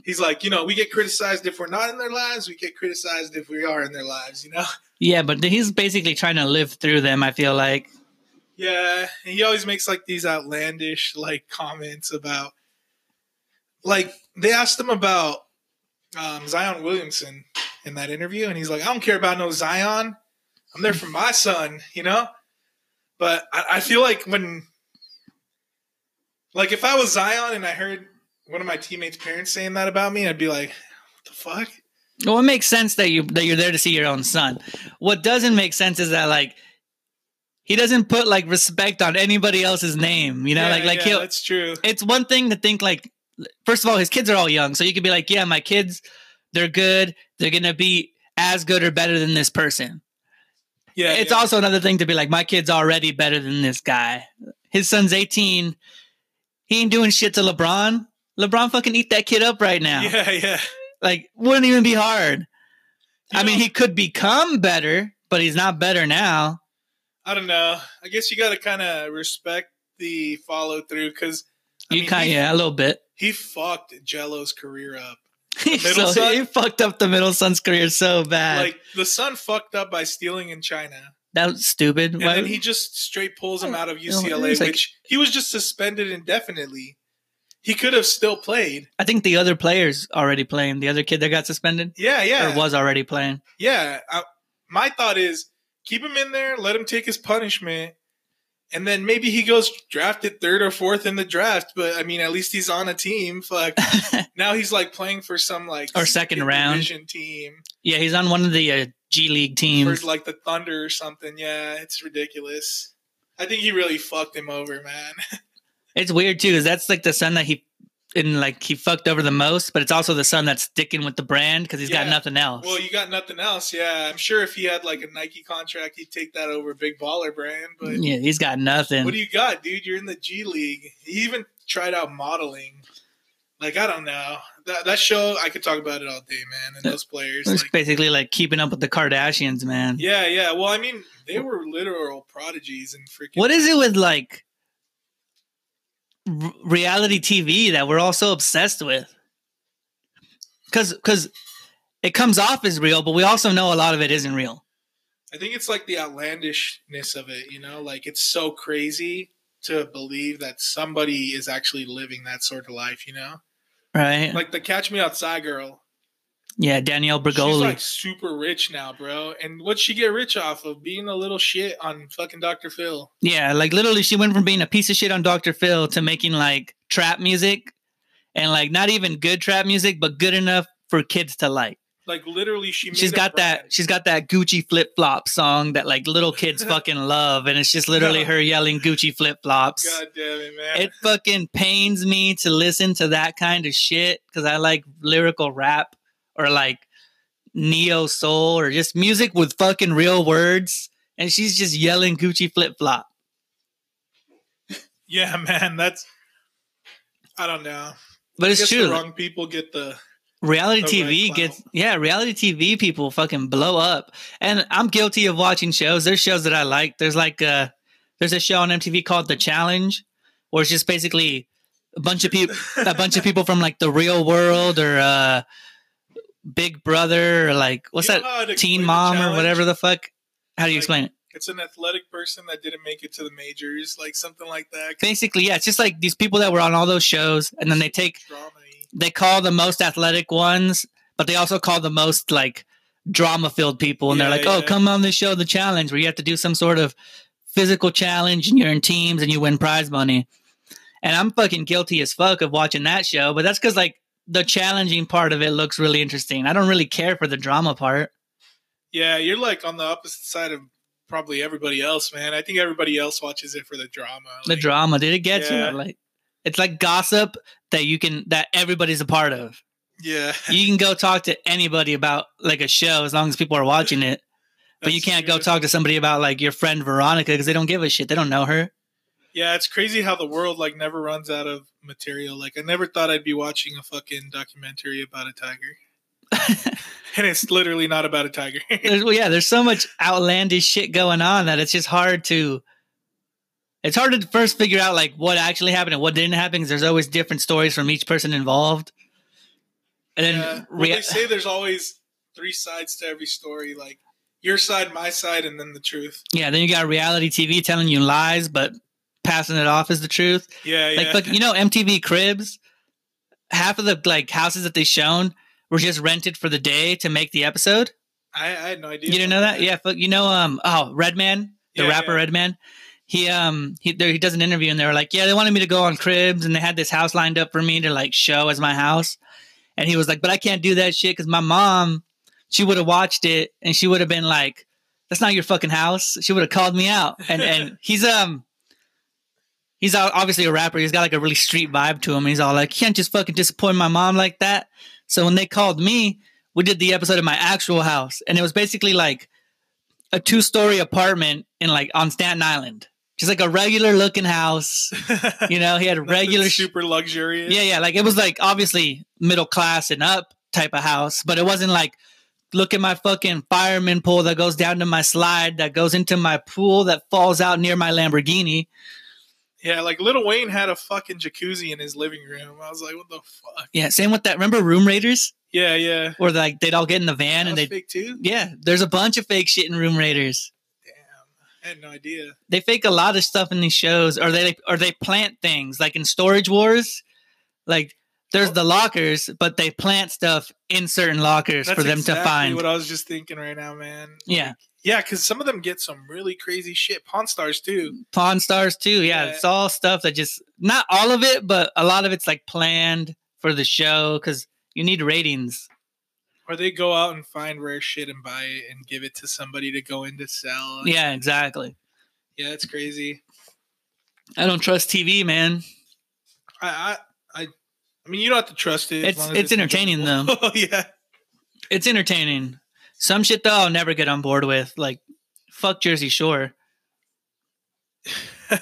Speaker 1: he's like, you know, we get criticized if we're not in their lives. We get criticized if we are in their lives. You know.
Speaker 2: Yeah, but he's basically trying to live through them, I feel like.
Speaker 1: Yeah, and he always makes like these outlandish like comments about like they asked him about um, Zion Williamson in that interview, and he's like, "I don't care about no Zion. I'm there for my son," you know. But I, I feel like when like if I was Zion and I heard one of my teammates' parents saying that about me, I'd be like, "What the fuck?"
Speaker 2: Well, it makes sense that you that you're there to see your own son. What doesn't make sense is that like he doesn't put like respect on anybody else's name. You know,
Speaker 1: Yeah,
Speaker 2: like like
Speaker 1: yeah,
Speaker 2: he'll
Speaker 1: that's true.
Speaker 2: it's one thing to think like first of all his kids are all young so you could be like yeah my kids they're good they're gonna be as good or better than this person
Speaker 1: Yeah,
Speaker 2: it's
Speaker 1: yeah.
Speaker 2: also another thing to be like, my kid's already better than this guy. His son's 18. He ain't doing shit to LeBron. LeBron fucking eat that kid up right now.
Speaker 1: yeah, yeah.
Speaker 2: Like, wouldn't even be hard.
Speaker 1: You
Speaker 2: I mean,
Speaker 1: know-
Speaker 2: he could become better, but he's not better now.
Speaker 1: I don't know. I guess you got to kind of respect the follow through because
Speaker 2: You
Speaker 1: mean,
Speaker 2: kind
Speaker 1: he-
Speaker 2: yeah, a little bit.
Speaker 1: he fucked Jello's career up.
Speaker 2: so
Speaker 1: middle son?
Speaker 2: he fucked up the middle son's career so bad.
Speaker 1: Like the son fucked up by stealing in China,
Speaker 2: that was stupid.
Speaker 1: and
Speaker 2: Why- Oh,
Speaker 1: then he just straight pulls him out of
Speaker 2: know,
Speaker 1: UCLA,
Speaker 2: it's like-
Speaker 1: which he was just suspended indefinitely. He could have still played.
Speaker 2: I think the other player's already playing. The other kid that got suspended
Speaker 1: Yeah, yeah,
Speaker 2: or was already playing.
Speaker 1: yeah. I, my thought is Keep him in there. Let him take his punishment. And then maybe he goes drafted third or fourth in the draft, but I mean, at least he's on a team. Fuck. now he's like playing for some like
Speaker 2: Or second round.
Speaker 1: division team
Speaker 2: yeah, he's on one of the uh, G League teams.
Speaker 1: for like the Thunder or something. Yeah, it's ridiculous. I think he really fucked him over, man.
Speaker 2: It's weird too, because that's like the son that he and like he fucked over the most, but it's also the son that's sticking with the brand because he's got
Speaker 1: Yeah.
Speaker 2: nothing else.
Speaker 1: Well, you got nothing else. Yeah, I'm sure if he had like a Nike contract, he'd take that over Big Baller Brand. But
Speaker 2: yeah, he's got nothing.
Speaker 1: what do you got, dude? You're in the G League. He even tried out modeling. Like I don't know that that show. I could talk about it all day, man. And those players,
Speaker 2: it's
Speaker 1: like,
Speaker 2: basically like keeping up with the Kardashians, man.
Speaker 1: yeah, yeah. Well, I mean, they were literal prodigies and freaking.
Speaker 2: What is it with like r- reality TV that we're all so obsessed with? Because because it comes off as real, but we also know a lot of it isn't real.
Speaker 1: I think it's like the outlandishness of it. You know, like it's so crazy to believe that somebody is actually living that sort of life. You know,
Speaker 2: Right?
Speaker 1: like the Catch Me Outside girl.
Speaker 2: yeah, Danielle
Speaker 1: She's
Speaker 2: Bergoli.
Speaker 1: like super rich now, bro. And what'd she get rich off of? Being a little shit on fucking Dr. Phil.
Speaker 2: yeah, like literally she went from being a piece of shit on Dr. Phil to making like trap music and like not even good trap music, but good enough for kids to like.
Speaker 1: Like literally, she. Made
Speaker 2: She's
Speaker 1: a
Speaker 2: got that
Speaker 1: brand.
Speaker 2: she's got that Gucci flip flop song that like little kids fucking love and it's just literally her yelling Gucci flip flops.
Speaker 1: God damn it, man.
Speaker 2: it fucking pains me to listen to that kind of shit because I like lyrical rap or like neo soul or just music with fucking real words. And she's just yelling Gucci flip flop.
Speaker 1: yeah, man. That's. I don't know.
Speaker 2: But
Speaker 1: I
Speaker 2: it's
Speaker 1: guess
Speaker 2: true.
Speaker 1: The wrong people get the. the
Speaker 2: reality TV
Speaker 1: right
Speaker 2: gets
Speaker 1: clout.
Speaker 2: yeah, reality TV people fucking blow up. And I'm guilty of watching shows. There's shows that I like. There's like uh there's a show on MTV called The Challenge, where it's just basically a bunch of people a bunch of people from like the real world or uh Big Brother or like what's that? Teen Mom or whatever the fuck. How do you
Speaker 1: Like-
Speaker 2: explain it?
Speaker 1: It's an athletic person that didn't make it to the majors, like something like that. 'cause
Speaker 2: Basically, yeah, it's just like these people that were on all those shows, and then they take
Speaker 1: it's drama-y.
Speaker 2: they call the most athletic ones, but they also call the most like drama filled people, and
Speaker 1: Yeah,
Speaker 2: they're like, "Oh,
Speaker 1: yeah.
Speaker 2: come on this show, the challenge, where you have to do some sort of physical challenge, and you're in teams, and you win prize money." And I'm fucking guilty as fuck of watching that show, but that's because like the challenging part of it looks really interesting. I don't really care for the drama part.
Speaker 1: Yeah, you're like on the opposite side of probably everybody else, man. I think everybody else watches it for the drama.
Speaker 2: the
Speaker 1: like-
Speaker 2: drama did it get
Speaker 1: Yeah.
Speaker 2: you like it's like gossip that you can that everybody's a part of
Speaker 1: Yeah.
Speaker 2: you can go talk to anybody about like a show as long as people are watching it but you
Speaker 1: that's
Speaker 2: can't go
Speaker 1: true.
Speaker 2: talk to somebody about like your friend veronica because they don't give a shit they don't know her
Speaker 1: Yeah, it's crazy how the world like never runs out of material. Like I never thought I'd be watching a fucking documentary about a tiger. and it's literally not about a tiger.
Speaker 2: there's, well, yeah there's so much outlandish shit going on that it's just hard to it's hard to first figure out like what actually happened and what didn't happen because there's always different stories from each person involved and then
Speaker 1: yeah. Well,
Speaker 2: rea-
Speaker 1: they say there's always three sides to every story, like your side, my side, and then the truth.
Speaker 2: yeah then you got reality tv telling you lies but passing it off as the truth
Speaker 1: Yeah, yeah.
Speaker 2: Like fuck, you know MTV Cribs, half of the like houses that they shown were just rented for the day to make the episode.
Speaker 1: I, I had no idea.
Speaker 2: You didn't know that? Yeah, fuck, you know um oh, Redman, the
Speaker 1: Yeah,
Speaker 2: rapper
Speaker 1: yeah.
Speaker 2: Redman. He um he there, he does an interview and they were like, "Yeah, they wanted me to go on Cribs and they had this house lined up for me to like show as my house." And he was like, "But I can't do that shit cuz my mom, she would have watched it and she would have been like, that's not your fucking house." She would have called me out. And and he's um he's o- obviously a rapper. He's got like a really street vibe to him. He's all like, "You can't just fucking disappoint my mom like that." So when they called me, we did the episode at my actual house, and it was basically like a two-story apartment in like on Staten Island, just like a regular-looking house.
Speaker 1: Yeah.
Speaker 2: You know, he had regular, sh-
Speaker 1: super luxurious.
Speaker 2: yeah, yeah. Like it was like obviously middle class and up type of house, but it wasn't like look at my fucking fireman pole that goes down to my slide that goes into my pool that falls out near my Lamborghini.
Speaker 1: Yeah, like Little Wayne had a fucking jacuzzi in his living room. I was like, what the fuck?
Speaker 2: Yeah, same with that. Remember Room Raiders,
Speaker 1: Yeah, yeah.
Speaker 2: where like they'd all get in the van
Speaker 1: And
Speaker 2: and
Speaker 1: was
Speaker 2: they,
Speaker 1: fake too?
Speaker 2: yeah, there's a bunch of fake shit in Room Raiders.
Speaker 1: Damn. I had no idea.
Speaker 2: They fake a lot of stuff in these shows, or they or they plant things like in Storage Wars, like there's the lockers, but they plant stuff in certain lockers for them
Speaker 1: exactly
Speaker 2: to find.
Speaker 1: what I was just thinking right now, man.
Speaker 2: yeah,
Speaker 1: Yeah, because some of them get some really crazy shit. Pawn Stars too.
Speaker 2: Pawn Stars too. Yeah,
Speaker 1: Yeah.
Speaker 2: it's all stuff that just not all of it, but a lot of it's like planned for the show because you need ratings.
Speaker 1: Or they go out and find rare shit and buy it and give it to somebody to go in to sell.
Speaker 2: Yeah, exactly.
Speaker 1: yeah, it's crazy.
Speaker 2: I don't trust TV, man.
Speaker 1: I, I, I, I mean, you don't have to trust it. as
Speaker 2: It's-
Speaker 1: long as
Speaker 2: it's entertaining,
Speaker 1: enjoyable. yeah,
Speaker 2: It's entertaining. Some shit though, I'll never get on board with. Like, fuck Jersey Shore.
Speaker 1: I,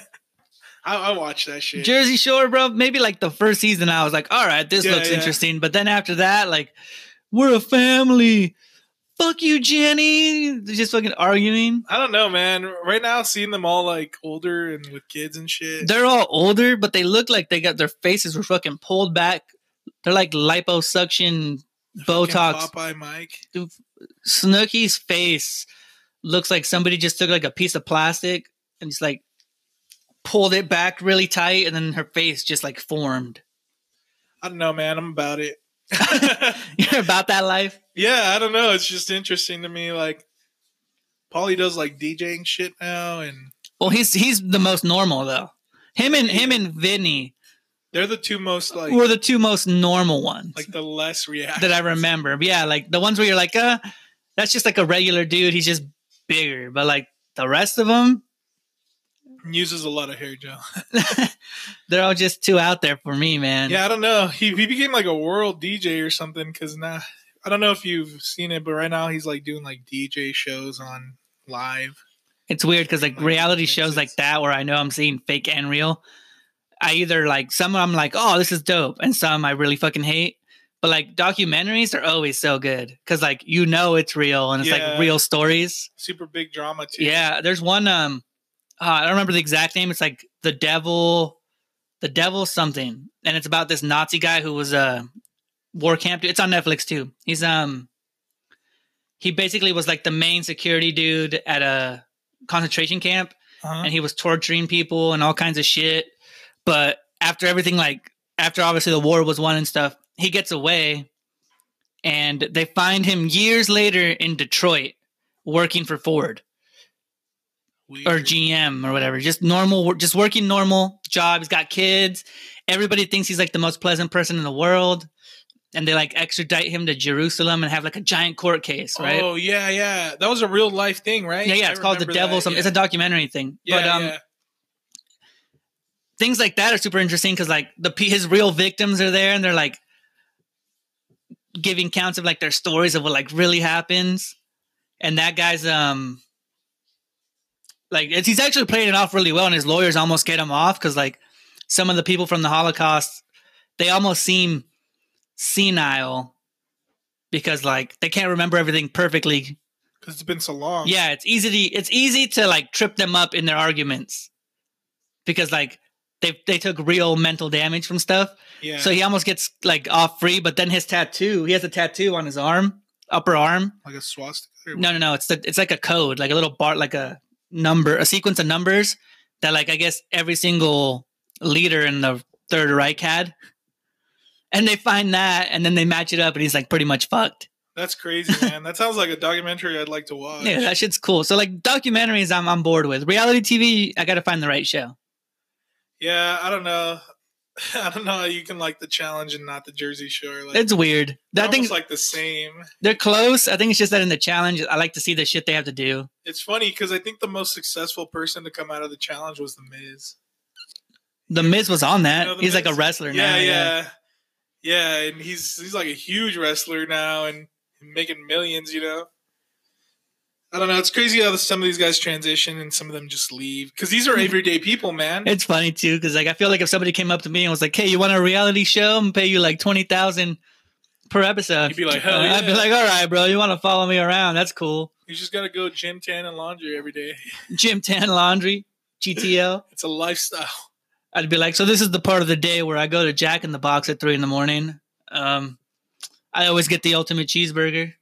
Speaker 1: I watch that shit.
Speaker 2: Jersey Shore, bro. Maybe like the first season, I was like, all right, this
Speaker 1: Yeah,
Speaker 2: looks
Speaker 1: yeah.
Speaker 2: interesting. But then after that, like, we're a family. Fuck you, Jenny. They're Just fucking arguing.
Speaker 1: I don't know, man. Right now, seeing them all like older and with kids and shit.
Speaker 2: They're all older, but they look like they got their faces were fucking pulled back. They're like liposuction
Speaker 1: Fucking
Speaker 2: Botox.
Speaker 1: Popeye Mike.
Speaker 2: Snooky's face looks like somebody just took like a piece of plastic and just like pulled it back really tight, and then her face just like formed.
Speaker 1: I don't know, man. I'm about it.
Speaker 2: You're about that life.
Speaker 1: yeah, I don't know. It's just interesting to me. Like, Paulie does like DJing shit now, and
Speaker 2: Well, he's he's the most normal though. Him and him and Vinny
Speaker 1: they're the two most like
Speaker 2: were the two most normal ones
Speaker 1: like the less react.
Speaker 2: that I remember. But yeah, like the ones where you're like, uh, that's just like a regular dude. He's just bigger. But like the rest of them,
Speaker 1: uses a lot of hair gel.
Speaker 2: they're all just too out there for me, man.
Speaker 1: Yeah, I don't know. He he became like a world DJ or something because now I don't know if you've seen it, but right now he's like doing like DJ shows on live.
Speaker 2: It's weird because like
Speaker 1: Like,
Speaker 2: reality
Speaker 1: makes
Speaker 2: shows like
Speaker 1: sense.
Speaker 2: that where I know I'm seeing fake and real. I either like some I'm like, oh, this is dope, and some I really fucking hate. But like documentaries are always so good because like you know it's real and it's
Speaker 1: Yeah.
Speaker 2: like real stories.
Speaker 1: Super big drama too.
Speaker 2: Yeah, there's one. Um, uh, I don't remember the exact name. It's like the devil, the devil something, and it's about this Nazi guy who was a war camp. It's on Netflix too. He's um, he basically was like the main security dude at a concentration camp,
Speaker 1: Uh-huh.
Speaker 2: and he was torturing people and all kinds of shit. But after everything, like after obviously the war was won and stuff, he gets away, and they find him years later in Detroit working for Ford
Speaker 1: Weird.
Speaker 2: or GM or whatever. Just normal, wor- just working normal job. He's got kids. Everybody thinks he's like the most pleasant person in the world, and they like extradite him to Jerusalem and have like a giant court case, right?
Speaker 1: Oh yeah, yeah. That was a real life thing, right?
Speaker 2: yeah, yeah.
Speaker 1: I
Speaker 2: It's called the
Speaker 1: remember
Speaker 2: devil.
Speaker 1: that,
Speaker 2: Some
Speaker 1: yeah.
Speaker 2: it's a documentary thing,
Speaker 1: yeah,
Speaker 2: but um,
Speaker 1: yeah.
Speaker 2: things like that are super interesting because like the pe- his real victims are there and they're like giving counts of like their stories of what like really happens and that guy's um like it's, he's actually playing it off really well and his lawyers almost get him off because like some of the people from the holocaust they almost seem senile because like they can't remember everything perfectly
Speaker 1: 'Cause it's been so long.
Speaker 2: yeah it's easy to it's easy to like trip them up in their arguments because like they they took real mental damage from stuff
Speaker 1: yeah.
Speaker 2: so he almost gets like off free but then his tattoo he has a tattoo on his arm upper arm
Speaker 1: like a swastika. or
Speaker 2: no no no it's the, it's like a code like a little bar like a number a sequence of numbers that like i guess every single leader in the third reich had and they find that and then they match it up and he's like pretty much fucked
Speaker 1: That's crazy, man. that sounds like a documentary I'd like to watch.
Speaker 2: Yeah, that shit's cool. So like documentaries, I'm on board with. Reality TV, I got to find the right show.
Speaker 1: Yeah, I don't know. I don't know how you can like the challenge and not the Jersey Shore. Like,
Speaker 2: It's weird.
Speaker 1: they're
Speaker 2: I think
Speaker 1: almost like the same.
Speaker 2: they're close. I think it's just that in the challenge, I like to see the shit they have to do.
Speaker 1: It's funny because I think the most successful person to come out of the challenge was the Miz.
Speaker 2: The Miz was on that.
Speaker 1: You know The
Speaker 2: He's like a
Speaker 1: Miz?
Speaker 2: wrestler now.
Speaker 1: Yeah, yeah, yeah, and he's he's like a huge wrestler now and making millions. You know, I don't know. It's crazy how some of these guys transition and some of them just leave because these are everyday people, man.
Speaker 2: Hmm. It's funny too because like I feel like if somebody came up to me and was like, "Hey, you want a reality show? and pay you like twenty thousand per episode."
Speaker 1: You'd be like, "Hell
Speaker 2: I'd be
Speaker 1: yeah."
Speaker 2: like, "All right, bro, you want to follow me around? That's cool."
Speaker 1: You just gotta go gym, tan, and laundry every day.
Speaker 2: Gym, tan, laundry, GTL.
Speaker 1: It's a lifestyle.
Speaker 2: I'd be like, so this is the part of the day where I go to Jack in the Box at three in the morning. Um, I always get the ultimate cheeseburger.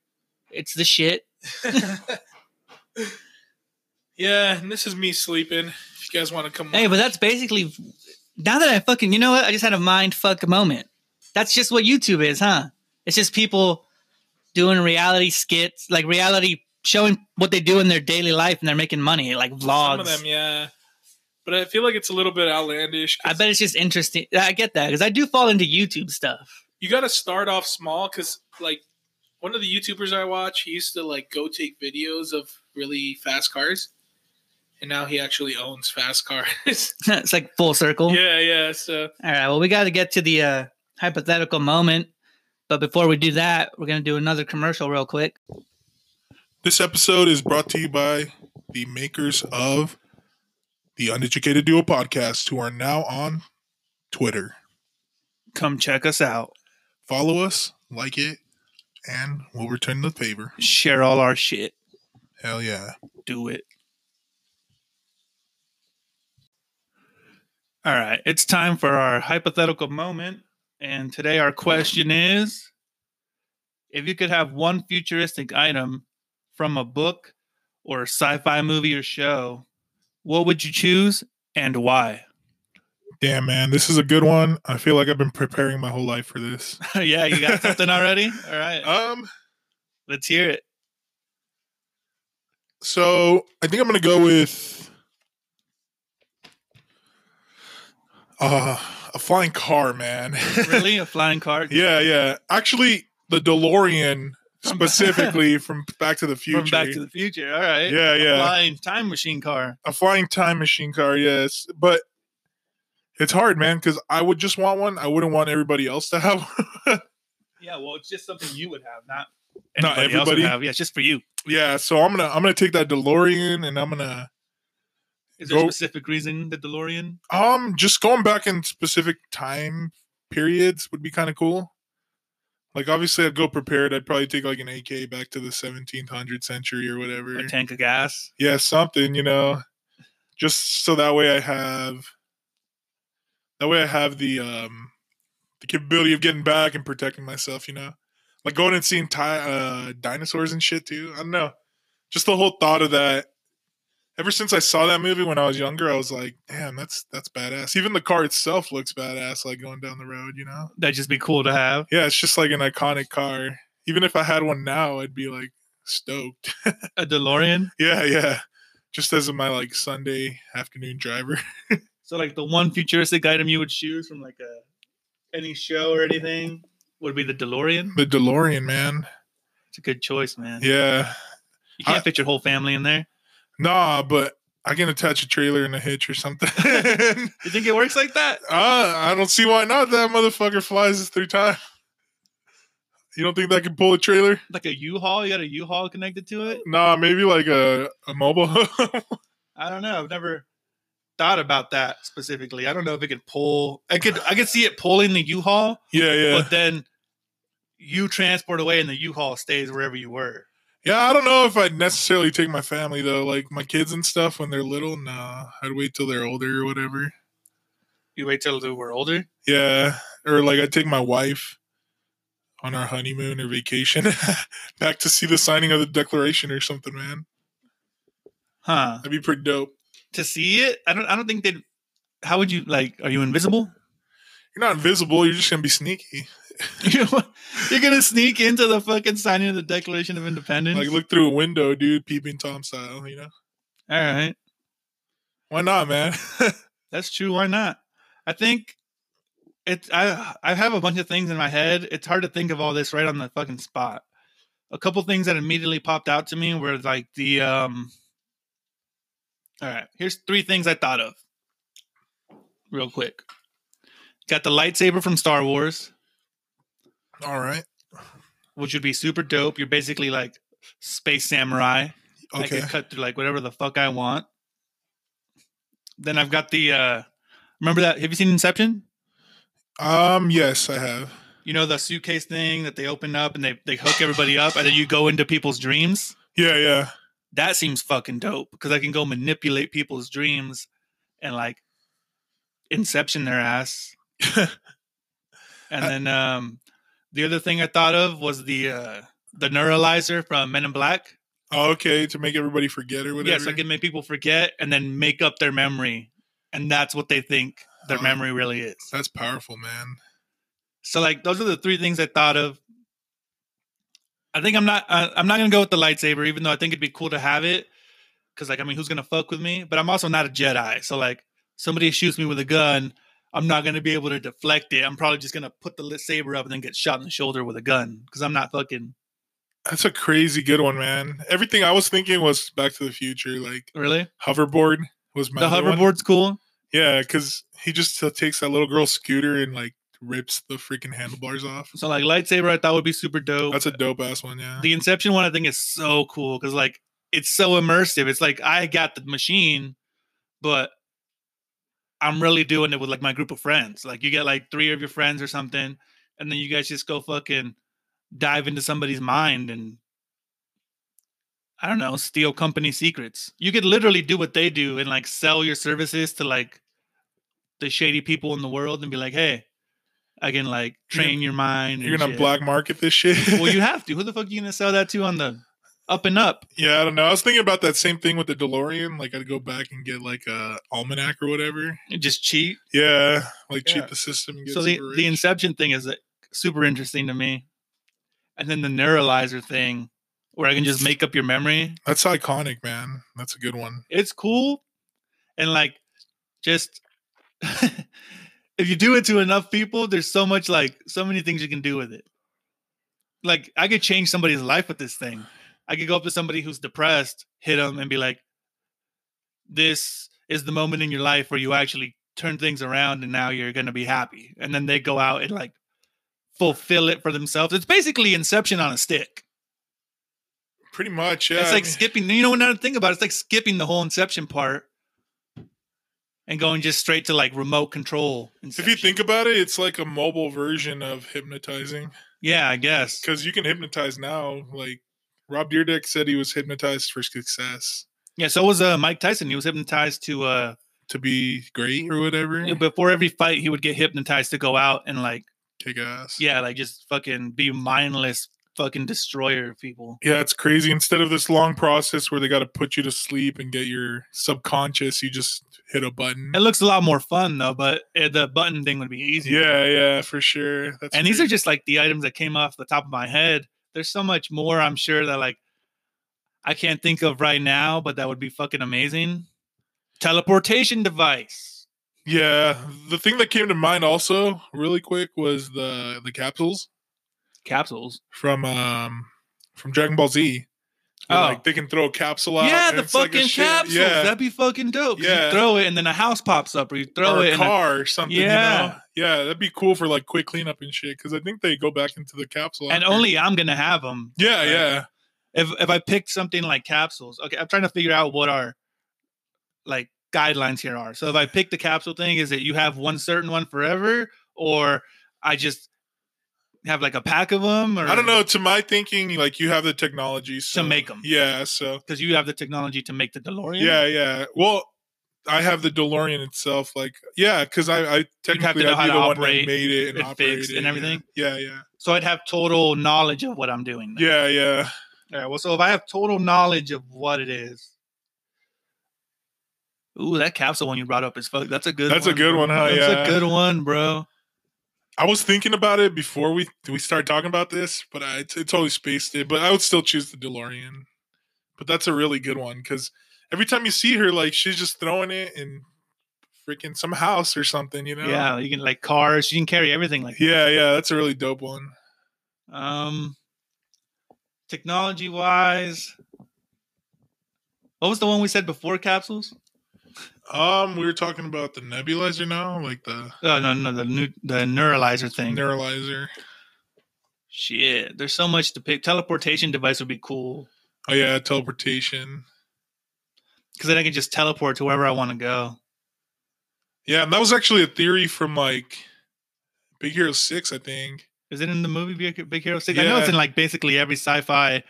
Speaker 2: It's the shit.
Speaker 1: yeah, and this is me sleeping. If you guys want to come,
Speaker 2: Hey, but that's basically. Now that I fucking, you know what? I just had a mind fuck moment. That's just what YouTube is, huh? It's just people doing reality skits, like reality
Speaker 3: showing what they do in their daily life and they're making money, like
Speaker 1: Some
Speaker 3: vlogs.
Speaker 1: of them, yeah. But I feel like it's a little bit outlandish. 'cause
Speaker 3: I bet it's just interesting. I get that because I do fall into YouTube stuff.
Speaker 1: you got to start off small because, like, one of the YouTubers I watch, he used to like go take videos of really fast cars, and now he actually owns fast cars.
Speaker 3: it's like full circle.
Speaker 1: yeah, yeah. So
Speaker 3: All right. Well, we got to get to the uh, hypothetical moment. But before we do that, we're going to do another commercial real quick.
Speaker 4: This episode is brought to you by the makers of the Uneducated Duo podcast, who are now on Twitter.
Speaker 3: Come check us out.
Speaker 4: Follow us, like it, and we'll return the favor.
Speaker 3: Share all our shit.
Speaker 4: Hell yeah.
Speaker 3: Do it. All right. It's time for our hypothetical moment. And today, our question is if you could have one futuristic item from a book or a sci fi movie or show, what would you choose and why?
Speaker 4: Damn, man, this is a good one. I feel like I've been preparing my whole life for this.
Speaker 3: yeah, you got something already? All right.
Speaker 4: Um,
Speaker 3: Let's hear it.
Speaker 4: so I think I'm gonna go with uh, a flying car, man.
Speaker 3: Really? A flying car?
Speaker 4: Yeah, yeah. Actually, the DeLorean specifically from Back to the Future.
Speaker 3: From Back to the Future. All right.
Speaker 4: yeah,
Speaker 3: A
Speaker 4: yeah.
Speaker 3: flying time machine car.
Speaker 4: A flying time machine car, yes. But it's hard, man, because I would just want one. I wouldn't want everybody else to have one.
Speaker 3: Yeah, well, it's just something you would have, not
Speaker 4: Not
Speaker 3: anybody else would
Speaker 4: everybody.
Speaker 3: have. Yeah, it's just for you.
Speaker 4: Yeah, so I'm gonna I'm gonna take that DeLorean and I'm gonna
Speaker 3: Is there a
Speaker 4: Go-
Speaker 3: specific reason the DeLorean?
Speaker 4: um just going back in specific time periods would be kind of cool. Like obviously I'd go prepared. I'd probably take like an AK back to the 1700th century or whatever.
Speaker 3: A tank of gas.
Speaker 4: yeah, something, you know. Just so that way I have that way I have the um the capability of getting back and protecting myself, you know. Like going and seeing ti- uh dinosaurs and shit too. I don't know. Just the whole thought of that ever since I saw that movie when I was younger, I was like, damn, that's that's badass. Even the car itself looks badass like going down the road, you know.
Speaker 3: That'd just be cool to have.
Speaker 4: Yeah, it's just like an iconic car. Even if I had one now, I'd be like stoked.
Speaker 3: A DeLorean.
Speaker 4: Yeah, yeah. Just as my like Sunday afternoon driver.
Speaker 3: So, like the one futuristic item you would choose from like a any show or anything would be the DeLorean.
Speaker 4: The DeLorean, man.
Speaker 3: It's a good choice, man.
Speaker 4: Yeah.
Speaker 3: You can't
Speaker 4: I-
Speaker 3: fit your whole family in there.
Speaker 4: Nah, but I can attach a trailer and a hitch or something. uh,
Speaker 3: You think it works like that?
Speaker 4: I don't see why not. That motherfucker flies us through time. You don't think that could pull a trailer?
Speaker 3: Like a U-Haul? You got a U-Haul connected to it?
Speaker 4: Nah, maybe like a, a mobile home.
Speaker 3: I don't know. I've never thought about that specifically. I don't know if it could pull. I could. I could see it pulling the U-Haul,
Speaker 4: yeah, yeah.
Speaker 3: but then you transport away, and the U-Haul stays wherever you were.
Speaker 4: Yeah, I don't know if I'd necessarily take my family though. Like my kids and stuff when they're little, nah. I'd wait till they're older or whatever.
Speaker 3: You wait till they were older.
Speaker 4: Yeah, or like I take my wife on our honeymoon or vacation back to see the signing of the Declaration or something, man.
Speaker 3: Huh.
Speaker 4: That'd be pretty dope.
Speaker 3: To see it, I don't. I don't think they. would How would you like? Are you invisible?
Speaker 4: You're not invisible. You're just gonna be sneaky.
Speaker 3: You're gonna sneak into the fucking signing of the Declaration of Independence.
Speaker 4: Like look through a window, dude, peeping tom style. You know
Speaker 3: All right,
Speaker 4: why not, man?
Speaker 3: that's true. Why not? I think it's. I I have a bunch of things in my head. It's hard to think of all this right on the fucking spot. A couple things that immediately popped out to me were like the um. All right, here's three things I thought of. Real quick, got the lightsaber from Star Wars.
Speaker 4: All right.
Speaker 3: which would be super dope. You're basically like space samurai. I
Speaker 4: Okay.
Speaker 3: could cut through like whatever the fuck I want. Then I've got the uh remember that have you seen Inception?
Speaker 4: Um. Yes, I have.
Speaker 3: You know the suitcase thing that they open up and they they hook everybody up and then you go into people's dreams?
Speaker 4: Yeah, yeah.
Speaker 3: That seems fucking dope because I can go manipulate people's dreams and like inception their ass. and
Speaker 4: I-
Speaker 3: then um the other thing I thought of was the uh the neuralizer from Men in Black.
Speaker 4: Oh, okay, to make everybody forget or whatever.
Speaker 3: Yes, I can make people forget and then make up their memory, and that's what they think their
Speaker 4: Oh.
Speaker 3: memory really is.
Speaker 4: That's powerful, man.
Speaker 3: So, like, those are the three things I thought of. I think I'm not. Uh, I'm not gonna go with the lightsaber, even though I think it'd be cool to have it. Because like, I mean, who's gonna fuck with me? But I'm also not a Jedi, so like, somebody shoots me with a gun, I'm not gonna be able to deflect it. I'm probably just gonna put the li- saber up and then get shot in the shoulder with a gun because I'm not fucking
Speaker 4: That's a crazy good one, man. Everything I was thinking was Back to the Future, like
Speaker 3: really.
Speaker 4: hoverboard was my
Speaker 3: the
Speaker 4: other one.
Speaker 3: hoverboard's cool.
Speaker 4: Yeah, because he just uh, takes that little girl's scooter and like rips the freaking handlebars off.
Speaker 3: So like, lightsaber I thought would be super dope.
Speaker 4: That's a dope ass one, yeah.
Speaker 3: the Inception one I think is so cool because like it's so immersive. It's like I got the machine, but I'm really doing it with like my group of friends. Like you get like three of your friends or something, and then you guys just go fucking dive into somebody's mind and I don't know, steal company secrets. You could literally do what they do and like sell your services to like the shady people in the world and be like, hey, I can
Speaker 4: You're gonna-
Speaker 3: like train your mind.
Speaker 4: You're
Speaker 3: and
Speaker 4: gonna
Speaker 3: shit."
Speaker 4: black market this shit.
Speaker 3: well, you have to. Who the fuck are you gonna sell that to on the up and up?
Speaker 4: yeah, I don't know. I was thinking about that same thing with the DeLorean. Like, I'd go back and get like a almanac or whatever.
Speaker 3: Just cheat.
Speaker 4: Yeah, like
Speaker 3: Yeah.
Speaker 4: cheat the system. And get
Speaker 3: So the,
Speaker 4: super
Speaker 3: the
Speaker 4: rich.
Speaker 3: inception thing is like, super interesting to me, and then the neuralizer thing, where I can just make up your memory.
Speaker 4: That's iconic, man. That's a good one.
Speaker 3: It's cool, and like just if you do it to enough people, there's so much like so many things you can do with it. Like I could change somebody's life with this thing. I could go up to somebody who's depressed, hit them, and be like, "This is the moment in your life where you actually turn things around, and now you're gonna be happy." And then they go out and like fulfill it for themselves. It's basically Inception on a stick.
Speaker 4: Pretty much, yeah.
Speaker 3: it's
Speaker 4: I
Speaker 3: like
Speaker 4: mean-
Speaker 3: skipping. You know what? Another thing about it, it's like skipping the whole Inception part and going just straight to like remote control.
Speaker 4: if you
Speaker 3: Inception.
Speaker 4: think about it, it's like a mobile version of hypnotizing
Speaker 3: yeah, I guess.
Speaker 4: because you can hypnotize now. Like Rob Deerdeck said, he was hypnotized for success
Speaker 3: Yeah, so was uh, Mike Tyson. He was hypnotized to uh
Speaker 4: to be great or whatever.
Speaker 3: before every fight he would get hypnotized to go out and like
Speaker 4: Kick ass.
Speaker 3: yeah, like just fucking be mindless fucking destroyer of people.
Speaker 4: Yeah, it's crazy. Instead of this long process where they got to put you to sleep and get your subconscious, you just hit a button.
Speaker 3: It looks a lot more fun though, but uh, the button thing would be easier.
Speaker 4: Yeah, yeah, for sure. That's
Speaker 3: and these are
Speaker 4: crazy.
Speaker 3: just like the items that came off the top of my head. There's so much more I'm sure that like I can't think of right now, but that would be fucking amazing. Teleportation device.
Speaker 4: yeah. The thing that came to mind also really quick was the the capsules
Speaker 3: Capsules.
Speaker 4: from um from Dragon Ball Z. Where,
Speaker 3: Oh.
Speaker 4: Like they can throw a capsule out.
Speaker 3: Yeah,
Speaker 4: and
Speaker 3: the
Speaker 4: it's like a
Speaker 3: fucking
Speaker 4: shit-
Speaker 3: capsules.
Speaker 4: Yeah,
Speaker 3: That'd be fucking dope. 'cause You
Speaker 4: Yeah.
Speaker 3: throw it and then a house pops up, or you throw
Speaker 4: or
Speaker 3: it
Speaker 4: a
Speaker 3: and a-
Speaker 4: car or something.
Speaker 3: Yeah.
Speaker 4: you know? yeah, that'd be cool for like quick cleanup and shit. Because I think they go back into the capsule
Speaker 3: and
Speaker 4: after.
Speaker 3: only I'm gonna have them.
Speaker 4: Yeah,
Speaker 3: Right.
Speaker 4: yeah.
Speaker 3: If if I picked something like capsules, okay, I'm trying to figure out what our like guidelines here are. So if I pick the capsule thing, is it you have one certain one forever, or I just have like a pack of them? Or
Speaker 4: I don't know. To my thinking, like you have the technology so,
Speaker 3: make 'em.
Speaker 4: Yeah, so
Speaker 3: because you have the technology to make the DeLorean.
Speaker 4: yeah, yeah. Well, I have the DeLorean itself. Like, yeah, because I, I technically I'd
Speaker 3: know how
Speaker 4: be
Speaker 3: to
Speaker 4: the one
Speaker 3: operate
Speaker 4: that made it and,
Speaker 3: and
Speaker 4: operated
Speaker 3: fix
Speaker 4: it,
Speaker 3: and
Speaker 4: yeah.
Speaker 3: everything.
Speaker 4: Yeah, yeah,
Speaker 3: So I'd have total knowledge of what I'm doing. then.
Speaker 4: yeah, yeah.
Speaker 3: All right. Well, so if I have total knowledge of what it is. Ooh, that capsule one you brought up is fuck. That's a good.
Speaker 4: That's a good
Speaker 3: bro.
Speaker 4: one, huh?
Speaker 3: That's
Speaker 4: Yeah.
Speaker 3: a good one, bro.
Speaker 4: I was thinking about it before we we started talking about this, but I t- totally spaced it. But I would still choose the DeLorean. But that's a really good one because every time you see her, like she's just throwing it in freaking some house or something, you know?
Speaker 3: Yeah, you can like cars. You can carry everything like.
Speaker 4: yeah, yeah. That's a really dope one.
Speaker 3: Um, technology wise, what was the one we said before capsules?
Speaker 4: Um, we were talking about the nebulizer now, like the
Speaker 3: Oh no, no, the new the neuralizer thing.
Speaker 4: neuralizer.
Speaker 3: Shit, there's so much to pick. Teleportation device would be cool
Speaker 4: Oh yeah, teleportation.
Speaker 3: because then I can just teleport to wherever I want to go.
Speaker 4: Yeah, and that was actually a theory from like Big Hero Six, I think.
Speaker 3: Is it in the movie Big, Big Hero Six? I know it's
Speaker 4: Yeah.
Speaker 3: in like basically every sci-fi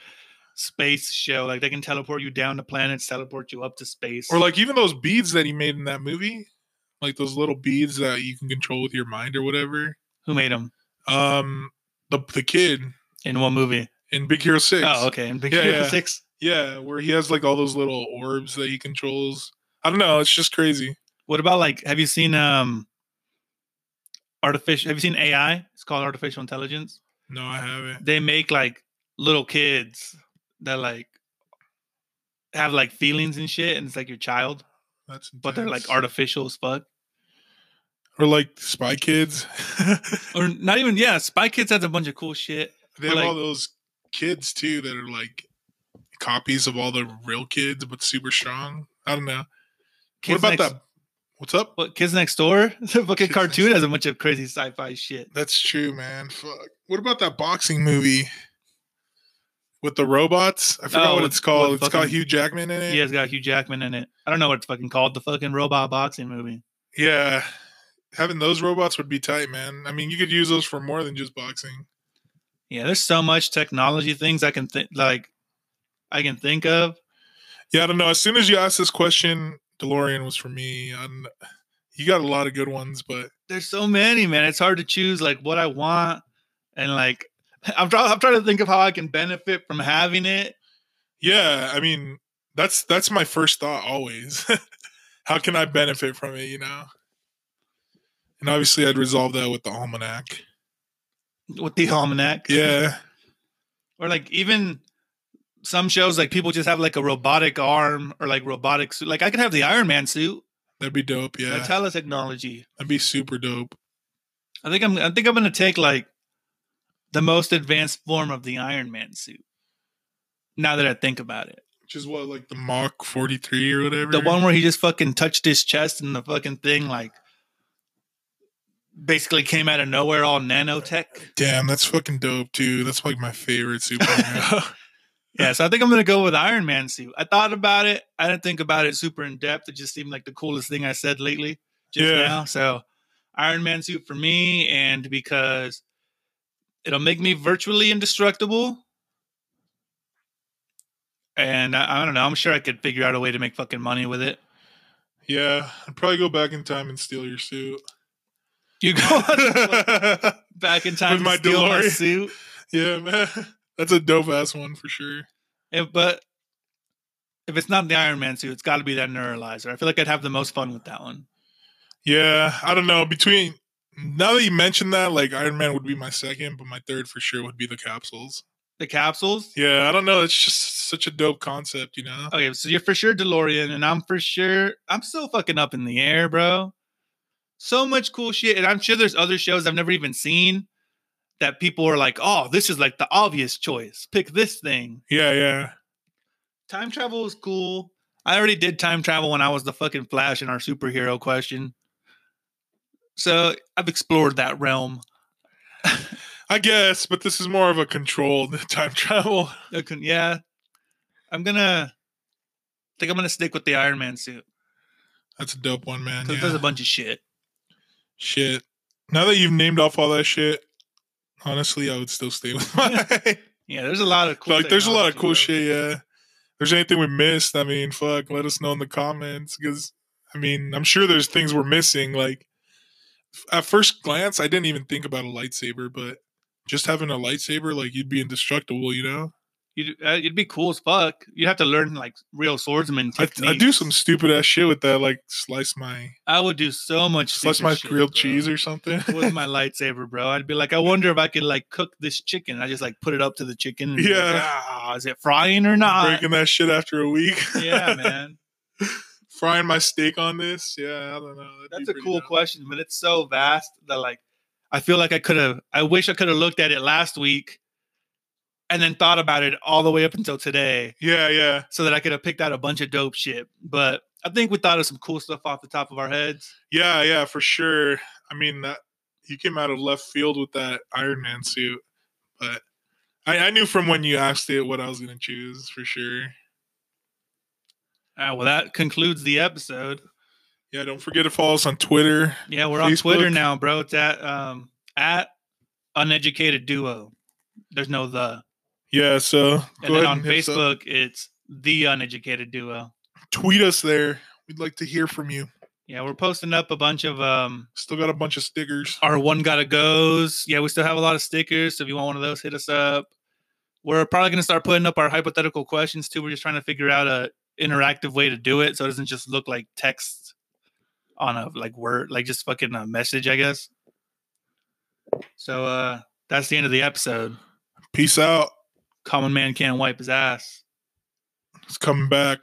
Speaker 3: space show. Like they can teleport you down to planets, teleport you up to space.
Speaker 4: Or like even those beads that he made in that movie, like those little beads that you can control with your mind or whatever.
Speaker 3: who made them
Speaker 4: Um, the the kid
Speaker 3: in what movie?
Speaker 4: in Big Hero Six.
Speaker 3: Oh, okay, in Big
Speaker 4: Yeah,
Speaker 3: Hero
Speaker 4: yeah.
Speaker 3: Six.
Speaker 4: Yeah, where he has like all those little orbs that he controls. I don't know. It's just crazy.
Speaker 3: What about like? Have you seen um, artificial? Have you seen AI? It's called artificial intelligence.
Speaker 4: No, I haven't.
Speaker 3: They make like little kids that like have like feelings and shit, and it's like your child,
Speaker 4: That's intense.
Speaker 3: but they're like artificial as fuck.
Speaker 4: or like Spy Kids.
Speaker 3: Or not even yeah, Spy Kids has a bunch of cool shit.
Speaker 4: They have
Speaker 3: Like-
Speaker 4: all those kids too that are like copies of all the real kids, but super strong. I don't know.
Speaker 3: Kids
Speaker 4: what about
Speaker 3: next,
Speaker 4: that? What's up?
Speaker 3: What Kids Next Door? The fucking
Speaker 4: Kids
Speaker 3: cartoon
Speaker 4: Next-
Speaker 3: has a bunch of crazy sci-fi shit.
Speaker 4: That's true, man. Fuck. What about that boxing movie with the robots? I forgot
Speaker 3: Oh,
Speaker 4: what
Speaker 3: with-
Speaker 4: it's called.
Speaker 3: with
Speaker 4: it's got
Speaker 3: fucking-
Speaker 4: Hugh Jackman in it.
Speaker 3: Yeah, it's got Hugh Jackman in it. I don't know what it's fucking called. The fucking robot boxing movie.
Speaker 4: Yeah. Having those robots would be tight, man. I mean, you could use those for more than just boxing.
Speaker 3: Yeah, there's so much technology things I can think like I can think of.
Speaker 4: Yeah, I don't know. As soon as you asked this question, DeLorean was for me. I'm, you got a lot of good ones, but
Speaker 3: There's so many, man. It's hard to choose like what I want and like I'm trying I'm trying to think of how I can benefit from having it.
Speaker 4: yeah, I mean, that's that's my first thought always. How can I benefit from it? You know. And obviously, I'd resolve that with the almanac.
Speaker 3: with the almanac.
Speaker 4: Yeah,
Speaker 3: Or like even some shows like people just have like a robotic arm or like robotic suit. Like I could have the Iron Man suit.
Speaker 4: that'd be dope. Yeah,
Speaker 3: Like teletechnology.
Speaker 4: that'd be super dope.
Speaker 3: I think I'm I think I'm gonna take like the most advanced form of the Iron Man suit. Now that I think about it.
Speaker 4: Which is what, like the Mach 43 or whatever.
Speaker 3: The one where he just fucking touched his chest and the fucking thing like basically came out of nowhere all nanotech.
Speaker 4: Damn, that's fucking dope too. That's like my favorite superhero.
Speaker 3: Yeah, so I think I'm gonna go with Iron Man suit. I thought about it. I didn't think about it super in depth. It just seemed like the coolest thing I said lately. Just
Speaker 4: Yeah.
Speaker 3: now. So Iron Man suit for me, and because it'll make me virtually indestructible. And I, I don't know. I'm sure I could figure out a way to make fucking money with it.
Speaker 4: yeah, I'd probably go back in time and steal your suit.
Speaker 3: You go back in time
Speaker 4: With
Speaker 3: to
Speaker 4: my
Speaker 3: steal my
Speaker 4: DeLorean.
Speaker 3: suit.
Speaker 4: yeah, man. That's a dope ass one for sure.
Speaker 3: If, but if it's not the Iron Man suit, it's got to be that neuralizer. I feel like I'd have the most fun with that one.
Speaker 4: Yeah, I don't know. Between now that you mentioned that, like Iron Man would be my second, but my third for sure would be the capsules.
Speaker 3: The capsules.
Speaker 4: Yeah, I don't know. It's just such a dope concept, you know.
Speaker 3: Okay, so you're for sure DeLorean, and I'm for sure I'm still fucking up in the air, bro. So much cool shit, and I'm sure there's other shows I've never even seen that people are like, "Oh, this is like the obvious choice. Pick this thing."
Speaker 4: Yeah, yeah.
Speaker 3: Time travel is cool. I already did time travel when I was the fucking Flash in our superhero question. So I've explored that realm.
Speaker 4: I guess, but this is more of a controlled time travel.
Speaker 3: I couldn't- Yeah, I'm gonna I think I'm gonna stick with the Iron Man suit
Speaker 4: That's a dope one, man.
Speaker 3: 'cause it
Speaker 4: yeah.
Speaker 3: does a bunch of shit.
Speaker 4: Shit. Now that you've named off all that shit, honestly, I would still stay with mine.
Speaker 3: Yeah, there's a lot of cool.
Speaker 4: like, there's a lot of
Speaker 3: technology,
Speaker 4: cool
Speaker 3: bro.
Speaker 4: shit. Yeah. If there's anything we missed, I mean, fuck, let us know in the comments because, I mean, I'm sure there's things we're missing. Like, f- at first glance, I didn't even think about a lightsaber, but just having a lightsaber, like, you'd be indestructible, you know?
Speaker 3: You'd, uh, it'd be cool as fuck. You'd have to learn like real swordsman
Speaker 4: I,
Speaker 3: techniques.
Speaker 4: I do some stupid ass shit with that, like, slice my.
Speaker 3: I would do so much.
Speaker 4: Slice
Speaker 3: stupid
Speaker 4: my
Speaker 3: shit,
Speaker 4: grilled
Speaker 3: bro,
Speaker 4: cheese or something.
Speaker 3: with my lightsaber, bro. I'd be like, I wonder if I could like cook this chicken. I just like put it up to the chicken. and be like,
Speaker 4: Yeah.
Speaker 3: "Ah, is it frying or not?
Speaker 4: Breaking that shit after a week.
Speaker 3: yeah, man.
Speaker 4: frying my steak on this. Yeah, I don't know. That'd
Speaker 3: That's
Speaker 4: be
Speaker 3: a
Speaker 4: pretty
Speaker 3: cool
Speaker 4: dope.
Speaker 3: question, but it's so vast that like I feel like I could have I wish I could have looked at it last week and then thought about it all the way up until today
Speaker 4: Yeah, yeah,
Speaker 3: so that I could have picked out a bunch of dope shit. But I think we thought of some cool stuff off the top of our heads.
Speaker 4: yeah, yeah, for sure. I mean, that you came out of left field with that Iron Man suit, but I, I knew from when you asked it what I was gonna choose for sure.
Speaker 3: All right, Ah, well that concludes the episode.
Speaker 4: Yeah, don't forget to follow us on Twitter.
Speaker 3: Yeah, we're on Twitter
Speaker 4: Facebook.
Speaker 3: now, bro. It's at um at uneducated duo. There's no the.
Speaker 4: Yeah, so
Speaker 3: And
Speaker 4: go ahead
Speaker 3: then on
Speaker 4: and hit us up.
Speaker 3: Facebook, it's the uneducated duo.
Speaker 4: tweet us there. We'd like to hear from you.
Speaker 3: Yeah, we're posting up a bunch of um
Speaker 4: Still got a bunch of stickers.
Speaker 3: our one gotta goes. Yeah, we still have a lot of stickers. So if you want one of those, hit us up. We're probably gonna start putting up our hypothetical questions too. We're just trying to figure out a interactive way to do it so it doesn't just look like text on a like word, like just fucking a message, I guess. So uh that's the end of the episode.
Speaker 4: Peace out.
Speaker 5: Common Man can't wipe his ass.
Speaker 3: It's coming back.